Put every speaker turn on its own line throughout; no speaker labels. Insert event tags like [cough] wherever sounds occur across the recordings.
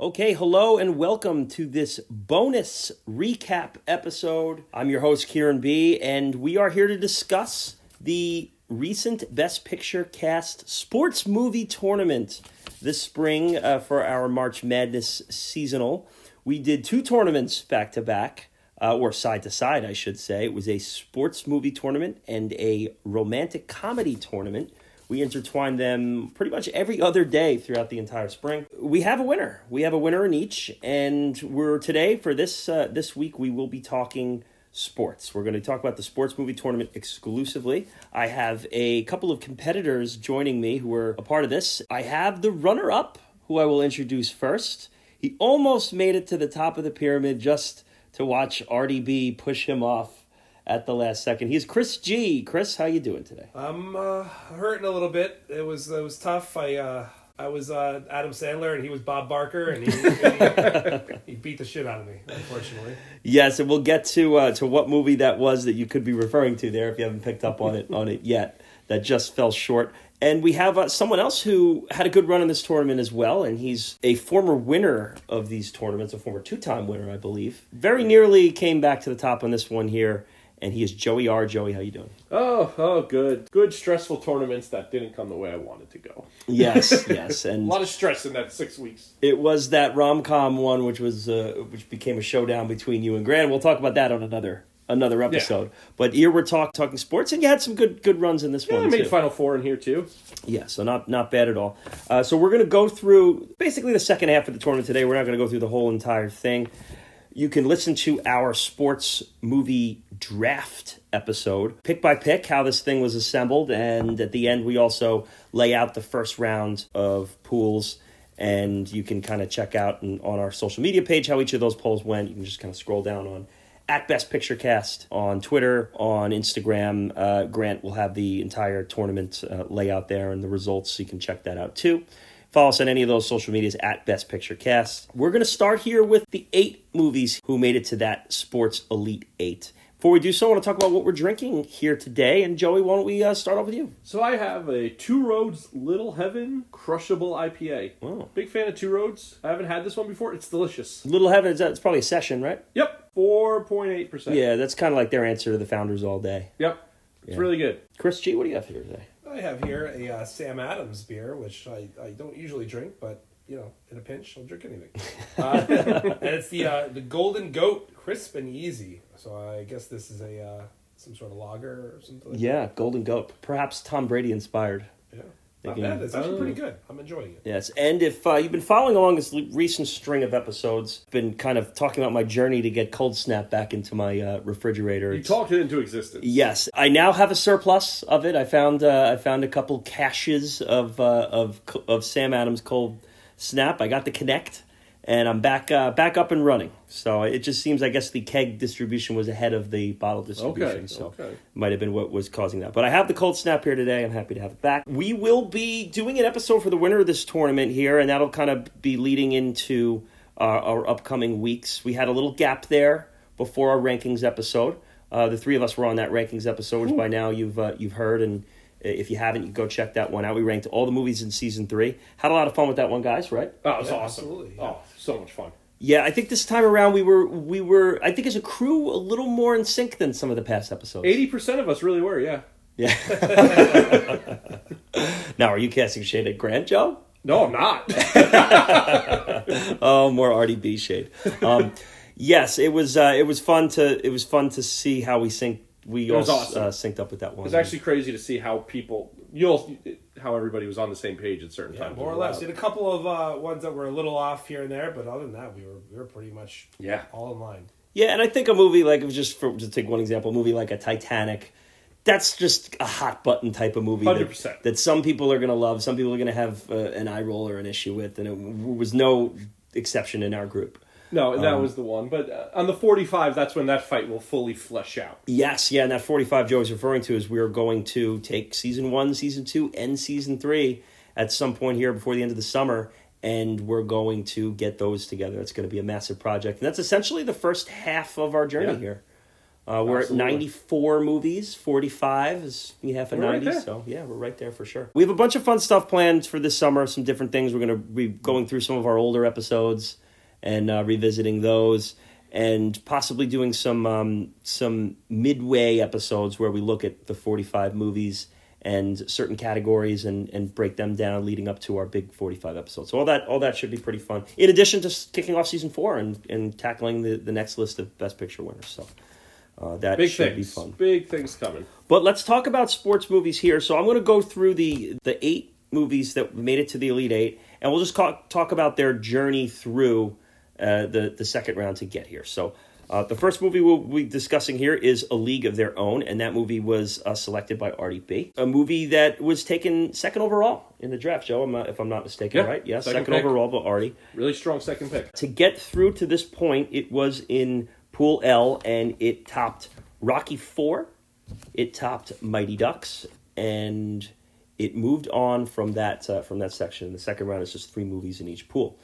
Okay, hello and welcome to this bonus recap episode. I'm your host, Kieran B., and we are here to discuss the recent Best Picture Cast Sports Movie Tournament this spring uh, for our March Madness seasonal. We did two tournaments back to back, uh, or side to side, I should say. It was a sports movie tournament and a romantic comedy tournament. We intertwine them pretty much every other day throughout the entire spring. We have a winner. We have a winner in each, and we're today for this uh, this week we will be talking sports. We're going to talk about the sports movie tournament exclusively. I have a couple of competitors joining me who are a part of this. I have the runner up who I will introduce first. He almost made it to the top of the pyramid just to watch RDB push him off at the last second. He's Chris G. Chris, how you doing today?
I'm uh, hurting a little bit. It was it was tough. I uh, I was uh, Adam Sandler and he was Bob Barker
[laughs]
and he, he, he beat the shit out of me. Unfortunately,
Yes, and we'll get to uh, to what movie that was that you could be referring to there if you haven't picked up on it on it yet. That just fell short. And we have uh, someone else who had a good run in this tournament as well, and he's a former winner of these tournaments, a former two time winner, I believe. Very nearly came back to the top on this one here, and he is Joey R. Joey, how you doing?
Oh, oh, good, good stressful tournaments that didn't come the way I wanted to go.
Yes, yes,
A
and
lot of stress in that six weeks.
it was that rom com one, which was uh, which became a showdown between you and Grant. We'll talk about that on another another episode. But here we're talk, talking sports, and you had some good good runs in this
Yeah, I
one
made
too.
final four in here too.
Yeah, so not not bad at all. Uh, so we're going to go through basically the second half of the tournament today. We're not going to go through the whole entire thing. You can listen to our sports movie draft episode, pick by pick, how this thing was assembled, and at the end we also lay out the first round of pools. And you can kind of check out and on our social media page how each of those polls went. You can just kind of scroll down on at Best Picture Cast on Twitter, on Instagram. Uh, Grant will have the entire tournament uh, layout there and the results, so you can check that out too. Follow us on any of those social medias at Best Picture Cast. We're going to start here with the eight movies who made it to that sports elite eight. Before we do so, I want to talk about what we're drinking here today. And Joey, why don't we uh, start off with you?
So I have a Two Roads Little Heaven Crushable IPA.
Wow.
Big fan of Two Roads. I haven't had this one before. It's delicious.
Little Heaven, is that- it's probably a session, right?
Yep, four point eight percent.
Yeah, that's kind of like their answer to the founders all day.
Yep, it's
Yeah.
really good.
Chris G, what do you have here today?
I have here a uh, Sam Adams beer, which I, I don't usually drink, but you know, in a pinch, I'll drink [laughs] anything. Uh, and it's the uh, the Golden Goat, crisp and easy. So I guess this is a uh, some sort of lager or something. Like
Yeah, Golden Goat. Perhaps Tom Brady inspired.
that. yeah.
Thinking-
Not bad. It's actually
Oh.
pretty good. I'm enjoying it.
Yes, and if uh, you've been following along this l- recent string of episodes, been kind of talking about my journey to get Cold Snap back into my uh, refrigerator.
You
It's-
talked it into existence.
Yes, I now have a surplus of it. I found uh, I found a couple caches of uh, of c- of Sam Adams Cold Snap. I got the Connect, and I'm back uh, back up and running. So it just seems, I guess, the keg distribution was ahead of the bottle distribution.
Okay,
so
okay.
might have been what was causing that. But I have the Cold Snap here today. I'm happy to have it back. We will be doing an episode for the winner of this tournament here, and that'll kind of be leading into our, our upcoming weeks. We had a little gap there before our rankings episode. Uh, the three of us were on that rankings episode, which by now you've uh, you've heard, and uh, if you haven't, you go check that one out. We ranked all the movies in season three. Had a lot of fun with that one, guys. Right?
Oh, it's
Yeah,
awesome.
absolutely, yeah.
Oh, so much fun.
Yeah, I think this time around we were we were I think as a crew a little more in sync than some of the past episodes.
Eighty percent of us really were. Yeah.
Yeah. now, are you casting shade at Grant, Joe?
No, I'm
[laughs]
not.
Oh, more RDB shade.
[laughs]
Um, yes, it was. Uh, it was fun to. It was fun to see how we synced. We all
was awesome.
uh, synced up with that one.
It's actually crazy to see how people, you'll, how everybody was on the same page at certain
Yeah,
times.
more or
as well.
less. Did a couple of uh, ones that were a little off here and there, but other than that, we were we were pretty much
Yeah.
all in line.
Yeah, and I think a movie like it was just for to take one example, a movie like a Titanic, that's just a hot button type of movie. that-
100%.
That, some people are gonna love, some people are gonna have uh, an eye roll or an issue with, and it w- was no exception in our group.
No, and
Um,
that was the one. But uh, on the 45, that's when that fight will fully flesh out.
Yes, yeah, and that 45 Joe is referring to is we are going to take season one, season two, and season three at some point here before the end of the summer, and we're going to get those together. It's going to be a massive project, and that's essentially the first half of our journey
Yeah.
here. Uh, we're
Absolutely.
at 94 movies. 45 is you half a
We're right
90.
there.
so yeah, we're right there for sure. We have a bunch of fun stuff planned for this summer. Some different things. We're gonna be going through some of our older episodes and uh, revisiting those, and possibly doing some um, some midway episodes where we look at the 45 movies and certain categories and, and break them down leading up to our big 45 episode. So all that all that should be pretty fun. In addition to s- kicking off season 4 and, and tackling the, the next list of best picture winners. So uh, that
Big
should be
things.
fun.
Big things coming.
But let's talk about sports movies here. So I'm going to go through the the eight movies that made it to the Elite Eight, and we'll just talk, talk about their journey through uh, the the second round to get here. So. Uh, the first movie we'll be discussing here is A League of Their Own, and that movie was uh, selected by Artie B. A movie that was taken second overall in the draft, Joe, I'm, uh, if I'm not mistaken,
Yeah,
right? Yeah,
second
second,
pick.
overall by Artie
Really strong second pick.
to get through to this point, it was in Pool L, and it topped Rocky Four, it topped Mighty Ducks, and it moved on from that uh, from that section. The second round is just three movies in each pool.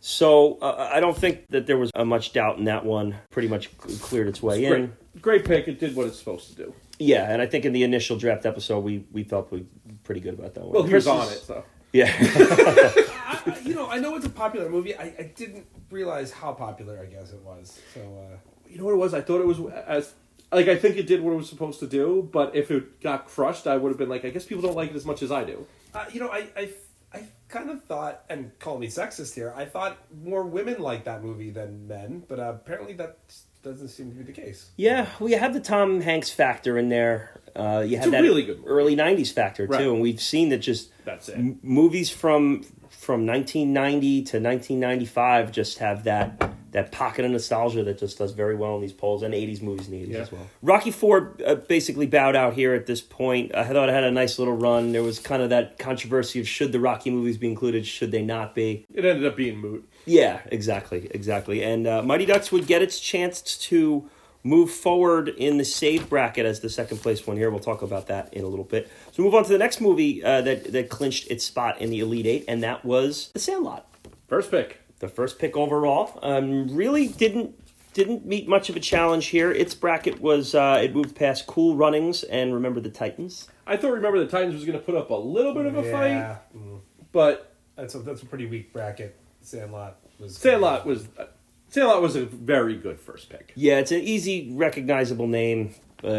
So uh, I don't think that there was uh, much doubt in that one. Pretty much c- cleared its way in.
Great, great pick. It did what it's supposed to do.
Yeah, and I think in the initial draft episode, we we felt we pretty good about that one.
Well, he was
Versus-
on it, so.
Yeah. [laughs]
I, I- you know, I know it's a popular movie. I, I didn't realize how popular I guess it was. So uh,
You know what it was? I thought it was as like I think it did what it was supposed to do, but if it got crushed, I would have been like, I guess people don't like it as much as I do.
Uh, you know, I, I, I kind of thought, and call me sexist here, I thought more women liked that movie than men, but uh, apparently that doesn't seem to be the case.
Yeah, well, you have the Tom Hanks factor in there. Uh, you
a
have that
really good movie.
early '90s factor
Right.
too, and we've seen that just
That's it.
m- movies from from 1990 to 1995 just have that that pocket of nostalgia that just does very well in these polls and 80s movies and 80s
Yeah.
as well. Rocky Four uh, basically bowed out here at this point. I thought it had a nice little run. There was kind of that controversy of should the Rocky movies be included, should they not be?
It ended up being moot.
Yeah, exactly, exactly. And uh, Mighty Ducks would get its chance to move forward in the save bracket as the second place one here. We'll talk about that in a little bit. So move on to the next movie uh, that that clinched its spot in the Elite Eight, and that was The Sandlot.
First pick.
The first pick overall um, really didn't didn't meet much of a challenge here. Its bracket was uh, it moved past Cool Runnings and Remember the Titans.
I thought remember the Titans was going to put up a little bit of a
yeah.
fight,
Mm.
but
That's a, that's a pretty weak bracket. Sandlot was.
Sandlot was uh, Sandlot was a very good first pick.
Yeah, it's an easy, recognizable name, uh, a,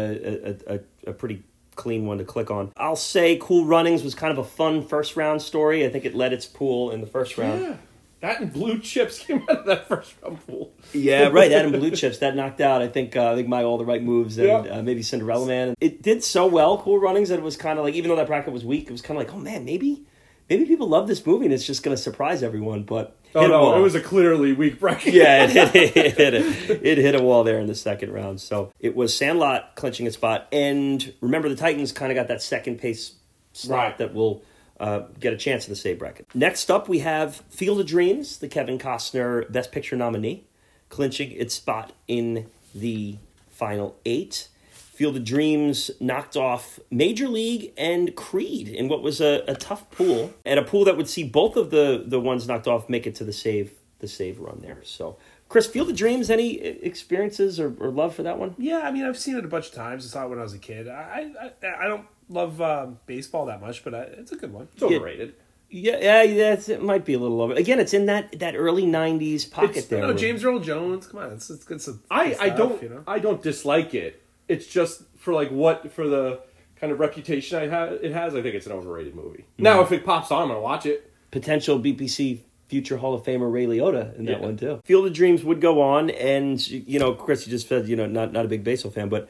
a, a, a pretty clean one to click on. I'll say Cool Runnings was kind of a fun first round story. I think it led its pool in the first round.
Yeah. That and blue chips [laughs] came out of that first round pool.
Yeah, right. Adam Blue Chips that knocked out. I think uh, I think my all the right moves and
Yeah.
uh, maybe Cinderella Man. It did so well, Cool Runnings, that it was kind of like even though that bracket was weak, it was kind of like oh man, maybe maybe people love this movie and it's just going to surprise everyone. But
Oh
hit a
no,
wall.
it was a clearly weak bracket.
[laughs] yeah, it hit, it, hit a, it hit a wall there in the second round. So it was Sandlot clinching its spot. And remember, the Titans kind of got that second pace slot
Right.
that will uh, get a chance in the save bracket. Next up, we have Field of Dreams, the Kevin Costner Best Picture nominee, clinching its spot in the final eight. Field of Dreams knocked off Major League and Creed in what was a, a tough pool, and a pool that would see both of the the ones knocked off make it to the save the save run there. So, Chris, Field of Dreams, any uh, experiences or, or love for that one?
Yeah, I mean, I've seen it a bunch of times. I saw it when I was a kid. I I, I don't love um, baseball that much, but I, it's a good one.
It's overrated.
Yeah, yeah, that's it. Might be a little over. Again, it's in that that early '90s pocket
It's-
there.
No,
where-
James Earl Jones. Come on, it's it's good. stuff,
I, I don't
You know,
I don't dislike it. It's just for like what for the kind of reputation I have it has. I think it's an overrated movie. Now if it pops on, I'm gonna watch it.
potential BPC future Hall of Famer Ray Liotta in that
Yeah.
one too. Field of Dreams would go on, and you know, Chris, you just said you know not not a big baseball fan, but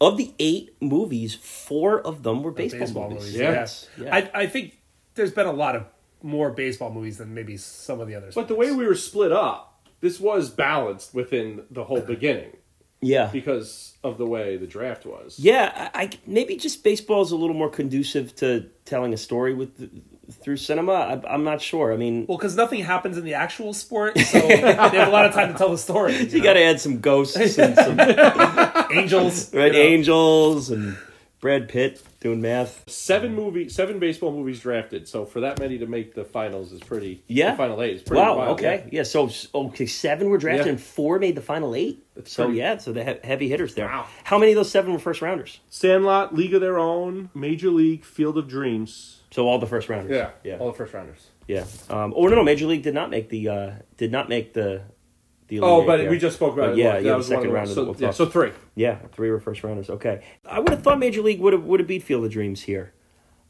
of the eight movies, four of them were baseball, movies.
yeah.
Yes,
Yeah.
I I think there's been a lot of more baseball movies than maybe some of the others.
But the way we were split up, this was balanced within the whole beginning
Yeah.
because of the way the draft was.
Yeah, I, I maybe just baseball is a little more conducive to telling a story with through cinema. I, I'm not sure. I mean,
Well, because nothing happens in the actual sport, so they have a lot of time to tell
[laughs]
the story.
you got to add some ghosts and
[laughs]
some
angels,
red
you know.
angels and Brad Pitt doing math.
Seven movie, seven baseball movies drafted. So for that many to make the finals is pretty.
Yeah.
the final eight is pretty.
Wow.
wild,
okay. Yeah. so so okay, seven were drafted
Yeah.
and four made the final eight.
That's
So
pretty-
yeah, so they have heavy hitters there.
Wow.
How many of those seven were first rounders?
Sandlot, League of Their Own, Major League, Field of Dreams.
So all the first rounders.
Yeah,
yeah,
All the first rounders.
yeah. Um, oh no, no, Major League did not make the uh, did not make the. the
Oh,
Elite
but
Eight,
we just spoke about
But
it.
yeah,
That
yeah, the
was one
second
the-
round of the
So,
Wolf
yeah,
Buffs.
so three.
yeah three were first rounders. Okay, I would have thought Major League would have would have beat Field of Dreams here.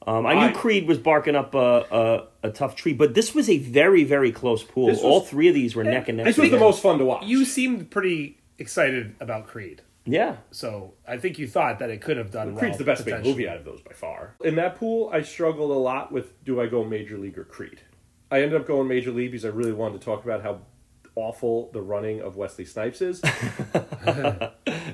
Um, I knew
I-
Creed was barking up a, a, a tough tree, but this was a very very close pool.
This was-
All three of these were neck and neck.
This was the
together.
most fun to watch.
You seemed pretty excited about Creed,
yeah.
so I think you thought that it could have done.
Creed's
well,
the best big
potentially.
movie out of those by far. In that pool, I struggled a lot with do I go Major League or Creed. I ended up going Major League because I really wanted to talk about how awful the running of Wesley
[laughs]
Snipes is.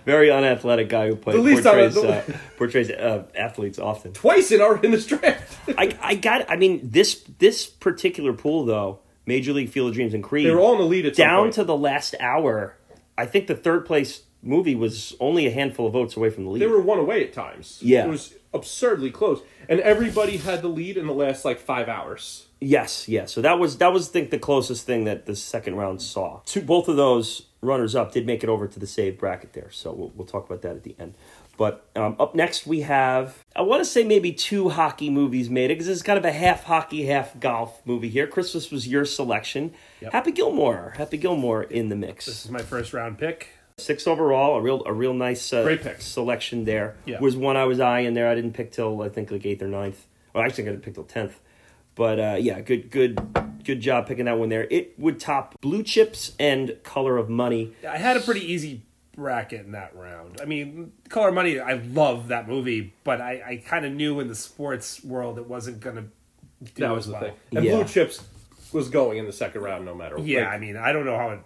Very unathletic guy who plays
The least
portrays,
unath-
uh, portrays uh, athletes often.
Twice in our in this draft.
I, I got. I mean, this this particular pool though, Major League Field of Dreams and Creed,
they were all in the lead at some
down
point.
to the last hour. I think the third place movie was only a handful of votes away from the lead.
They were one away at times.
Yeah.
It was absurdly close. And everybody had the lead in the last like five hours.
yes, yes. So that was that was I think the closest thing that the second round saw. Two, both of those runners up did make it over to the save bracket there. So we'll, we'll talk about that at the end. But um, up next we have I want to say maybe two hockey movies made it because it's kind of a half hockey, half golf movie here. Christmas was your selection. Happy Gilmore, Happy Gilmore in the mix.
This is my first round pick.
Six overall, a real a real nice uh,
Great pick.
selection there.
Yeah.
Was one I was eyeing there. I didn't pick till I think like eighth or ninth. Well, actually, I didn't pick till tenth. But uh, yeah, good good good job picking that one there. It would top Blue Chips and Color of Money.
I had a pretty easy bracket in that round. I mean, Color of Money, I love that movie, but I, I kind of knew in the sports world it wasn't going to do
That
as
was the
well.
thing. And
Yeah.
Blue Chips was going in the second round no matter what.
Yeah, I mean, I don't know how it.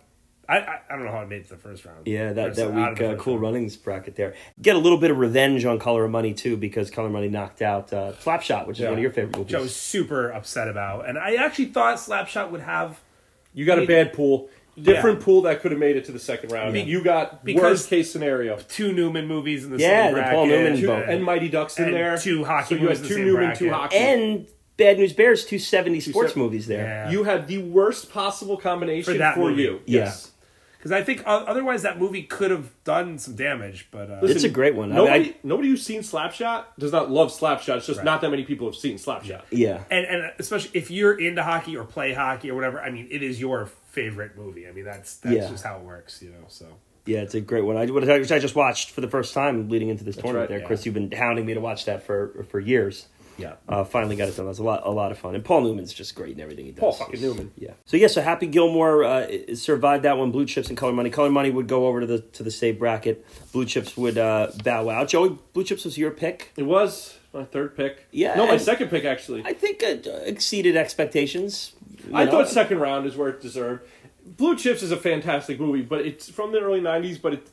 I, I, I don't know how it made it to the first round.
Yeah, that,
First- out
that
of
week
the
uh,
first
cool
round.
runnings bracket there. Get a little bit of revenge on Color of Money too because Color of Money knocked out uh, Slapshot, which is
Yeah.
one of your favorite movies.
Which I was super upset about, and I actually thought Slapshot would have
You got a bad pool. Different pool that could have made it to the second round.
Be-
you got
because-
worst case scenario.
two Newman movies in the
Yeah,
same
the
bracket.
Paul Newman
Two,
bone.
and Mighty Ducks in
And
there.
two hockey
So you
movies
had
in the
two
same
Newman,
bracket.
two hockey.
and Bad News Bears, two seventy sports
sev-
movies there.
Yeah.
you had the worst possible combination
For
for,
that movie.
you.
Yeah.
Yes.
Because I think uh, otherwise that movie could have done some damage, but uh,
It's a great one. I mean, I-
Nobody, nobody who's seen Slapshot does not love Slapshot. It's just not that many people have seen Slapshot.
yeah.
and and especially if you're into hockey or play hockey or whatever, I mean, it is your favorite movie. I mean, that's that's
Yeah.
just how it works, you know. So
Yeah, it's a great one. I which I just watched for the first time leading into this tournament.
right,
there,
yeah.
Chris, you've been hounding me to watch that for for years.
yeah,
Uh, finally got it done. That's a lot, a lot of fun. And Paul Newman's just great in everything he does.
Paul fucking Newman.
Yeah. So yeah, so Happy Gilmore uh, i- survived that one. Blue Chips and Color Money. Color Money would go over to the to the save bracket. Blue Chips would uh, bow out. Joey, Blue Chips was your pick.
It was my third pick.
Yeah,
No, my
and-
second pick, actually.
I think it uh, exceeded expectations. you
I
know?
thought second round is where it deserved. Blue Chips is a fantastic movie, but it's from the early '90s. But it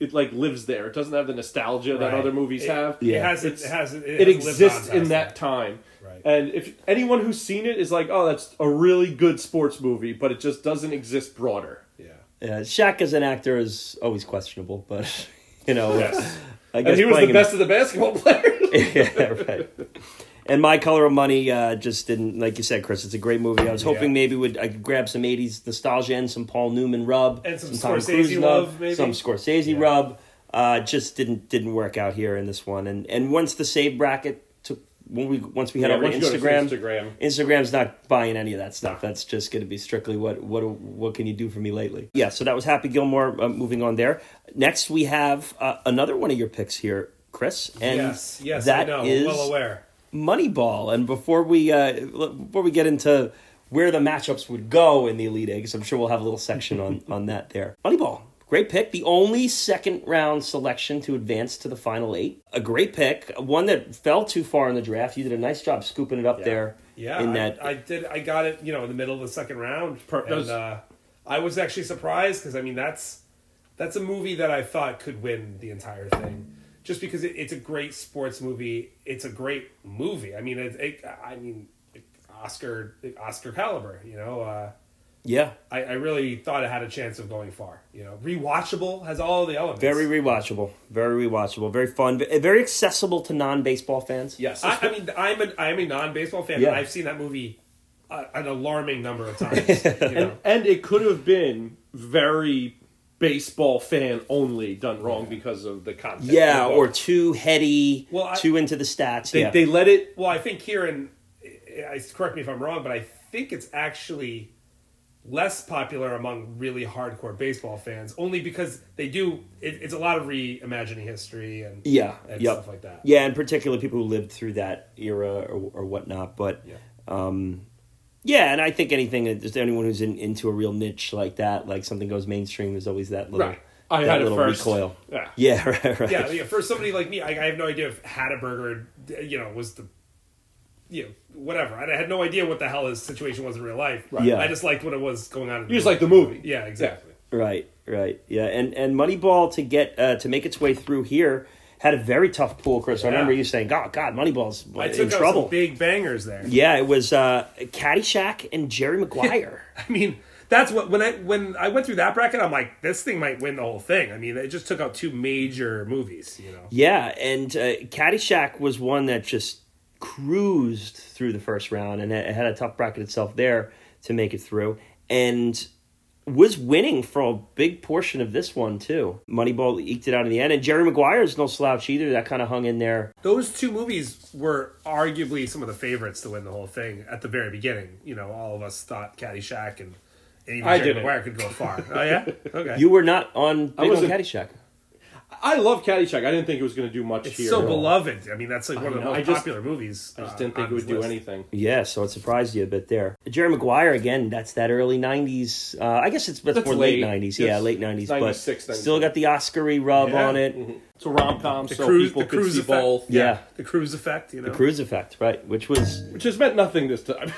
it like lives there. It doesn't have the nostalgia that
Right.
other movies
It-
have.
Yeah.
it has it,
It's-
has it,
It,
has lived
exists
on
in
past
that time.
Right.
And if anyone who's seen it is like, "Oh, that's a really good sports movie," but it just doesn't exist broader.
Yeah.
Yeah, Shaq as an actor is always questionable, but [laughs] you know,
Yes.
I
And he was
playing
the
him-
best of the basketball [laughs] players.
[laughs] yeah, right. And my color of money uh, just didn't, like you said, Chris. It's a great movie. I was hoping maybe would I could grab some '80s nostalgia and some Paul Newman rub
And some
Tom
Scorsese
Cruise
love, maybe?
some Scorsese rub. Uh, just didn't didn't work out here in this one. And and once the save bracket took when we once we had
Yeah,
over
once you go to
Instagram,
Instagram.
Instagram's not buying any of that stuff. That's just going to be strictly what what what can you do for me lately? Yeah. So that was Happy Gilmore. Uh, moving on there. Next we have uh, another one of your picks here. Chris and
yes. Yes.
that
I know.
is
well aware.
Moneyball. And before we uh, l- before we get into where the matchups would go in the Elite Eight, 'cause I'm sure we'll have a little section
[laughs]
on on that there. Moneyball, great pick. The only second round selection to advance to the final eight. A great pick. One that fell too far in the draft. You did a nice job scooping it up there.
Yeah.
in
I,
that
I did. I got it. You know, in the middle of the second round,
Per-
and uh, I was actually surprised because I mean that's that's a movie that I thought could win the entire thing, just because it, it's a great sports movie. It's a great movie. I mean, it, it, I mean, Oscar Oscar caliber. You know. Uh,
yeah,
I, I really thought it had a chance of going far. You know, rewatchable has all the elements.
very rewatchable, very rewatchable, very fun, ve- very accessible to non baseball fans.
Yes.
I, I mean, I'm a I'm a non baseball fan.
Yeah.
but I've seen that movie
[laughs]
uh, an alarming number of times. you know?
and it could have been very baseball fan only done wrong because of the content.
Yeah,
of the
or
book.
too heady,
Well, I-
too into the stats.
they,
yeah.
they let it.
Well, I think Kieran, I, I- correct me if I'm wrong, but I think it's actually less popular among really hardcore baseball fans, only because they do. It, it's a lot of reimagining history and
yeah,
and
yep.
stuff like that.
Yeah, in particular, people who lived through that era or, or whatnot. But um,
Yeah.
yeah, and I think anything uh, just anyone who's in, into a real niche like that, like something goes mainstream, there's always that little
Right. I
that
had it
little
first.
recoil.
Yeah.
Yeah, [laughs] right, right.
yeah, yeah, for somebody like me, I, I have no idea if Hataburger, you know, was the, you know, whatever. I had no idea what the hell his situation was in real life.
Right. Yeah.
I just liked what it was going on. In
You just like the movie.
Yeah, exactly.
Right, right, yeah, and and Moneyball to get uh, to make its way through here had a very tough pool, Chris. I remember you saying, "God, God, Moneyball's
I
in
took out
trouble."
some big bangers there.
yeah, it was uh, Caddyshack and
[laughs]
Jerry Maguire.
I mean, that's what when I when I went through that bracket, I'm like, this thing might win the whole thing. I mean, it just took out two major movies. You know,
yeah, and uh, Caddyshack was one that just cruised through the first round, and it had a tough bracket itself there to make it through, and was winning for a big portion of this one too. Moneyball eked it out in the end, and Jerry Maguire's no slouch either. That kind of hung in there.
those two movies were arguably some of the favorites to win the whole thing at the very beginning. You know, all of us thought Caddyshack and. and Even
I
Jerry
didn't.
Maguire could
[laughs]
go far. oh yeah, okay.
You were not on Big on
wasn't-
Caddyshack.
I love Caddyshack. I didn't think it was going to do much
It's
here.
so
at all.
beloved. I mean, that's like one of the
know. I
most
just-
popular movies. uh,
I just didn't think it would do anything.
Yeah, so it surprised you a bit there. Jerry Maguire again. That's that early '90s. Uh, I guess it's that's,
That's
more late,
late.
'90s. Yeah,
Yes.
late '90s, but
96, 97.
still got the Oscary rub
Yeah.
on it.
It's a rom com,
The
so
cruise,
people
the
could
cruise
see
effect.
both,
Yeah.
the cruise effect. You know,
Cruise effect, right? Which was
which has meant nothing
[laughs]
this time.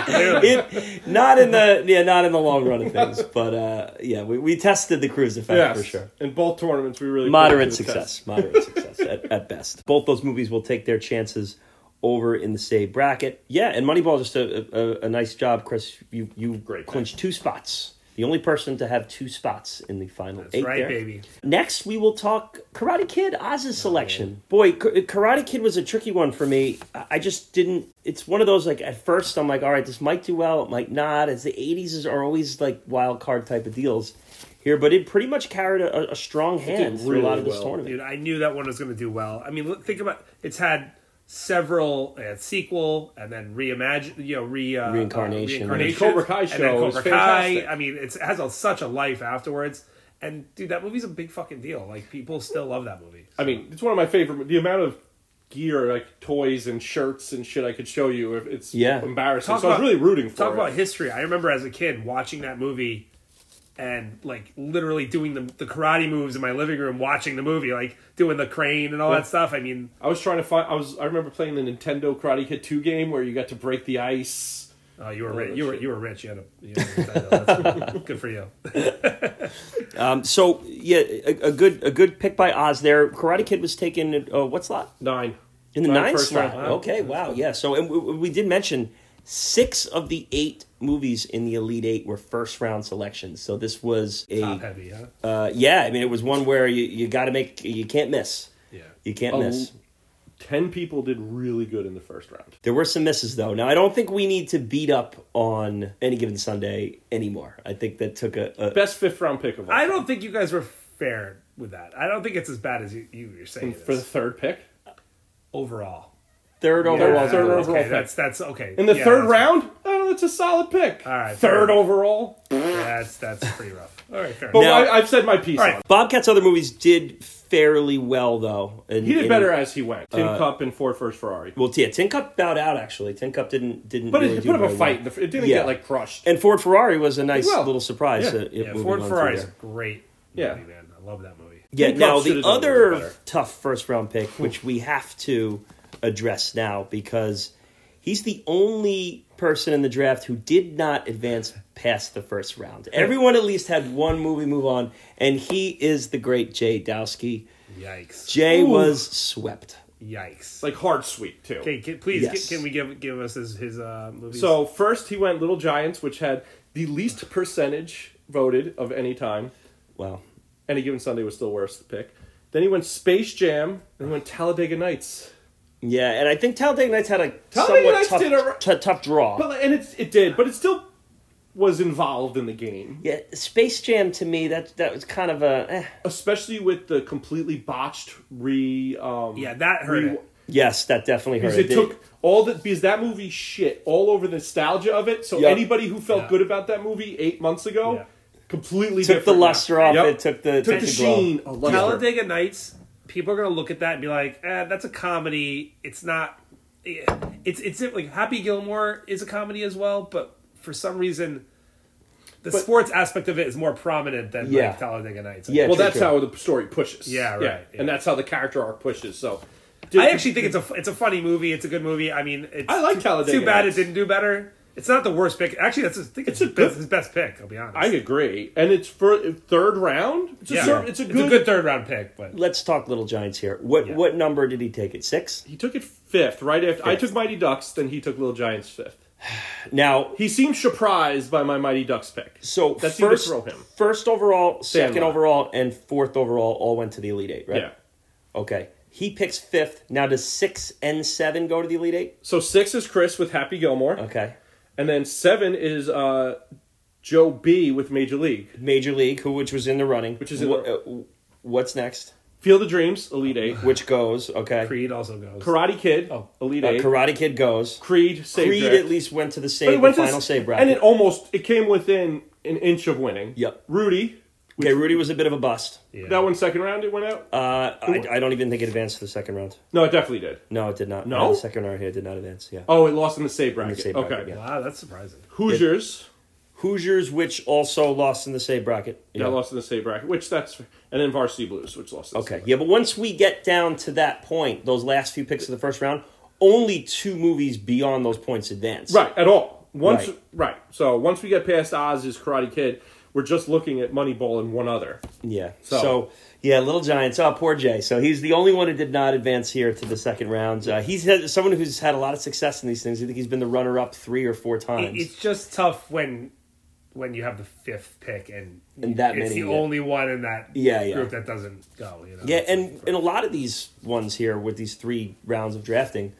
it, not in the yeah, not in the long run of things, but uh, yeah, we, we tested the cruise effect
yes,
for sure.
In both tournaments, we really put it to
moderate
the
success.
test. [laughs]
Moderate success at, at best. Both those movies will take their chances over in the save bracket. Yeah, and Moneyball just a, a, a nice job, Chris. You you
Great,
clinched two spots. The only person to have two spots in the final
that's
eight.
right,
there.
baby.
Next, we will talk Karate Kid
Oh,
Oz's selection. Boy, K- Karate Kid was a tricky one for me. I I just didn't. It's one of those like at first I'm like, all right, this might do well, it might not. As the '80s is, are always like wild card type of deals here, but it pretty much carried a, a- a strong hand through a lot
really
of this
well,
tournament.
Dude, I knew that one was going to do well. I mean, look- think about it's had several uh, sequel and then reimagine, you know, re uh,
Reincarnation.
uh, reincarnation.
The Cobra Kai
and
show
then
is
Cobra Kai.
fantastic.
I mean, it's, it has a, such a life afterwards. And dude, that movie's a big fucking deal. Like people still love that movie.
I mean, it's one of my favorite. The amount of gear, like toys and shirts and shit, I could show you. if It's
Yeah.
embarrassing.
Talk
so I
about-
was really rooting for
Talk
it.
about history. I remember as a kid watching that movie and like literally doing the, the karate moves in my living room watching the movie, like doing the crane and all that stuff. I mean,
I was trying to find. I was. I remember playing the Nintendo Karate Kid Two game where you got to break the ice.
oh, you were rich.
that
You were
shit.
you were rich. You had a you had a, that's
[laughs]
good for you.
Um, so yeah, a, a good a good pick by Oz there. Karate Kid was taken. At, uh, what slot?
Nine.
In the
Nine
ninth
first
slot.
round.
Okay, wow, yeah. So and we, we did mention six of the eight movies in the Elite Eight were first round selections. So this was a
Top heavy, huh?
uh, yeah. I mean, it was one where you you got to make you can't miss.
Yeah.
You can't
Oh.
miss.
Ten people did really good in the first round.
There were some misses though. Now I don't think we need to beat up on any given Sunday anymore. I think that took a, a
Best fifth round pick of all.
I don't think you guys were fair with that. I don't think it's as bad as you, you you're saying.
for the
this.
third pick
overall.
third overall.
third
pick.
overall
okay,
pick.
that's that's okay.
in the
Yeah,
third
that's-
round. Oh, that's a solid pick.
All right,
Third
fair.
overall.
That's that's pretty rough. All right, fair.
But
Now-
I, I've said my piece.
All right.
on it.
Bobcat's other movies did fairly well though. and-
He did
and-
better as he went.
uh,
Tim Cup and Ford First Ferrari.
Well, yeah, Tin Cup bowed out actually. Tin Cup didn't didn't.
But
really
it, it
do
put up
very
a
well.
fight. The- It didn't
Yeah.
get like crushed.
And Ford Ferrari was a nice
Well,
little surprise.
yeah.
that it
yeah,
moving
Ford
on through
Ferrari's
there.
great.
Yeah.
movie, man, I love that movie.
Yeah.
Tin Cup
Now
should've
the
done a little bit
other
better.
tough first round pick, which we have to address now because he's the only person in the draft who did not advance past the first round. Everyone at least had one movie move on, and he is the great Jay Dowski.
Yikes!
Jay was swept.
Yikes!
Like hard sweep too.
okay, can, please
Yes.
can, can we give give us his his uh, movies?
So first he went Little Giants, which had the least percentage voted of any time.
Wow.
Any Given Sunday was still worse the pick. Then he went Space Jam, then he went Talladega Nights.
Yeah, and I think Talladega Nights had a
Talladega
somewhat
Nights
tough,
did a-
t- tough draw.
But and it's it did, but it's still was involved in the game,
Yeah, Space Jam to me that that was kind of a eh.
especially with the completely botched re. Um,
Yeah, that hurt
re-
it.
yes, that definitely hurt.
Because it
They-
took all the because that movie shit all over the nostalgia of it. So
Yeah.
anybody who felt
Yeah.
good about that movie eight months ago,
Yeah.
completely
took the
different
luster
now.
off.
Yep.
It took the
took
glow.
the sheen. of luster.
Talladega Nights, people are gonna look at that and be like, eh, "That's a comedy. It's not. eh, It's it's like Happy Gilmore is a comedy as well, but for some reason, the sports aspect of it is more prominent than
Yeah.
like Talladega Nights.
Yeah,
Well,
true,
that's
true.
how the story pushes.
Yeah, right, yeah.
And that's how the character arc pushes. So
I actually think it's a it's a funny movie. It's a good movie. I mean, it's
I like
too-
Talladega
Too bad
Nights.
it didn't do better. It's not the worst pick. Actually, that's I think it's, his, best, his best pick. I'll be honest.
I agree, and it's for third round. It's a,
Yeah.
cer- it's a good.
third round pick, but
Let's talk Little Giants here. What
Yeah.
what number did he take it? Six.
He took it fifth, right after I took Mighty Ducks, then he took Little Giants fifth.
Now,
He seemed surprised by my Mighty Ducks pick.
so
That seemed to
first
throw him.
first overall, second
Sandlot.
overall, and fourth overall all went to the Elite Eight, right?
Yeah.
Okay. He picks fifth. Now, does six and seven go to the Elite Eight?
So six is Chris with Happy Gilmore.
Okay.
And then seven is uh, Joe B with Major League.
Major League, who which was in the running,
Which is in
Wha-
the-
uh, w- what's next?
Field of Dreams, Elite
[laughs]
Eight.
Which goes okay?
Creed also goes.
Karate Kid,
Oh.
Elite
Uh,
Eight.
Karate Kid goes.
Creed, Save
Creed
Draft.
at least went to the
But
save,
it went
the
to
final
s-
save bracket.
And it almost it came within an inch of winning.
Yep.
Rudy. which-
okay, Rudy was a bit of a bust.
Yeah.
That one second round it went out?
Uh, I, I don't even think it advanced to the second round.
No, it definitely did.
No, it did not. Uh,
No?
the second round here it did not advance. Yeah,
Oh, it lost in the save bracket.
save
okay.
bracket, yeah.
Wow, that's surprising.
Hoosiers.
Hoosiers, which also lost in the save bracket.
Yeah. lost in the save bracket, which that's and then Varsity Blues, which lost. In the
Okay,
save
yeah, but once we get down to that point, those last few picks of the first round, only two movies beyond those points advance.
bracket. Right. At all. Once.
Right.
Right. So once we get past Oz's Karate Kid, we're just looking at Moneyball and one other.
Yeah. So,
So-
yeah, Little Giants. Oh, poor Jay. So he's the only one who did not advance here to the second round. Uh, he's had, someone who's had a lot of success in these things. I think he's been the runner up three or four
It-
times.
It's just tough when when you have the fifth pick and,
And that
it's
many,
the
yeah.
only one in that
Yeah, yeah.
group that doesn't go. You know?
yeah, and in a lot of these ones here with these three rounds of drafting,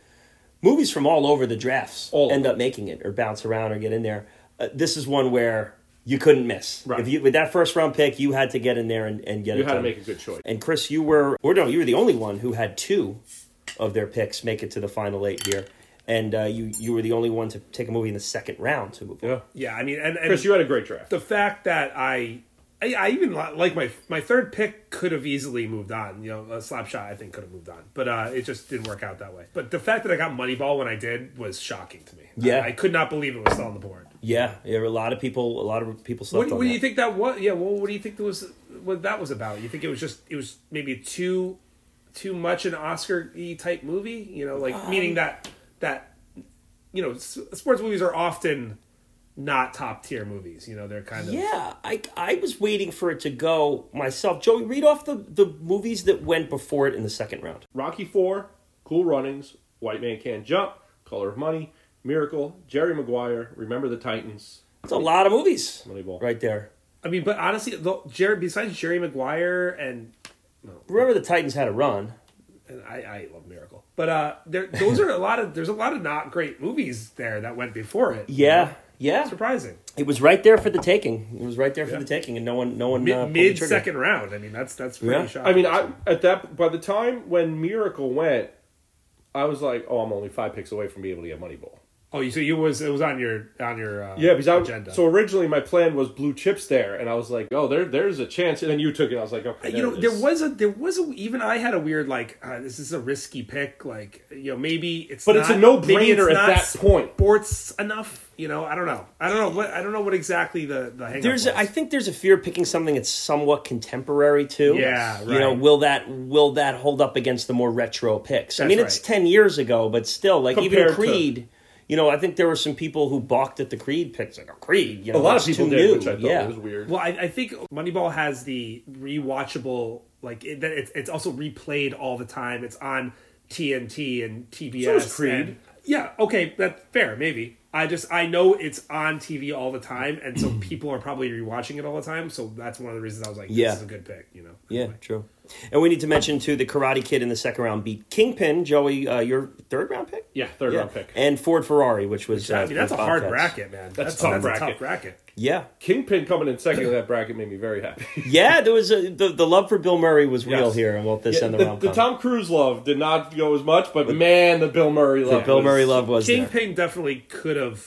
movies from all over the drafts
All
end
over.
up making it or bounce around or get in there. Uh, this is one where you couldn't miss.
Right.
If you with that first round pick, you had to get in there and, and get
You
it
had to
done.
make a good choice.
And Chris, you were, or no, you were the only one who had two of their picks make it to the final eight here, and uh, you you were the only one to take a movie in the second round to move. on.
Yeah.
yeah. I mean, and, and
Chris, you had a great draft.
the fact that I, I, I even li- like my my third pick could have easily moved on. You know, a slap shot I think could have moved on, but uh, it just didn't work out that way. But the fact that I got Moneyball when I did was shocking to me.
Yeah.
I, I could not believe it was still on the board.
Yeah, there were a lot of people. A lot of people slept
What,
on
what do
that.
you think that was? Yeah, well, what do you think that was? What that was about? You think it was just it was maybe too too much an Oscar y type movie? You know, like
Um,
meaning that that you know s- sports movies are often not top tier movies. You know, they're kind of
Yeah, I I was waiting for it to go myself. Joey, read off the the movies that went before it in the second round.
Rocky Four, Cool Runnings, White Man Can't Jump, Color of Money, Miracle, Jerry Maguire, Remember the Titans,
It's a lot of movies
Moneyball.
right there.
I mean, but honestly, the, Jerry besides Jerry Maguire and
Remember, the Titans had a run.
and I, I love Miracle, but uh, there those are a lot of there's a lot of not great movies there that went before it.
Yeah, yeah,
surprising.
it was right there for the taking. It was right there for the taking, and no one, no one uh, pulled the
Mid
trigger.
second round. I mean, that's that's pretty
Yeah.
shocking.
I mean, I at that by the time when Miracle went, I was like, oh, I'm only five picks away from being able to get Moneyball.
Oh, you so you was it was on your on your uh,
Yeah, because I
agenda.
so originally my plan was blue chips there, and I was like, oh, there, there's a chance, and then you took it. I was like, okay,
Uh,
you know
it
there
is.
was a there was a even I had a weird like uh, this is a risky pick like you know maybe it's
But it's
not-
a no-brainer
maybe it's
at
not
that point.
sports enough you know I don't know I don't know what I don't know what exactly the the hang
There's,
was.
a, I think there's a fear of picking something that's somewhat contemporary too.
Yeah,
You know,
right.
will that will that hold up against the more retro picks? I
That's
mean, it's
right.
ten years ago, but still, like even
Compared to-
Creed. you know, I think there were some people who balked at the Creed picks, like oh, Creed. You know,
a lot of
that's
people
too
did,
new.
which I thought
yeah.
was weird.
well I, I think Moneyball has the rewatchable like it, that it's it's also replayed all the time it's on TNT and TBS
So is Creed.
and- yeah okay that's fair maybe I just I know it's on TV all the time
[clears throat]
and so people are probably rewatching it all the time so that's one of the reasons I was like this
Yeah.
is a good pick you know
Yeah, true. And we need to mention too, the Karate Kid in the second round beat Kingpin, Joey, uh, your third round pick.
Yeah, third round pick.
And Ford Ferrari, which was
I
uh,
mean, that's a
the
hard
Bobcats.
bracket, man. That's,
tough
that's a
bracket.
tough bracket.
Yeah,
Kingpin coming in second in that bracket made me very happy.
yeah. There was a, the the love for Bill Murray was real
Yes.
here, and both this
Yeah, [laughs]
and the,
the,
round.
the
come.
Tom Cruise love did not go as much, but man, the Bill Murray
the
love.
Bill
was-
Murray love was there.
Kingpin definitely could have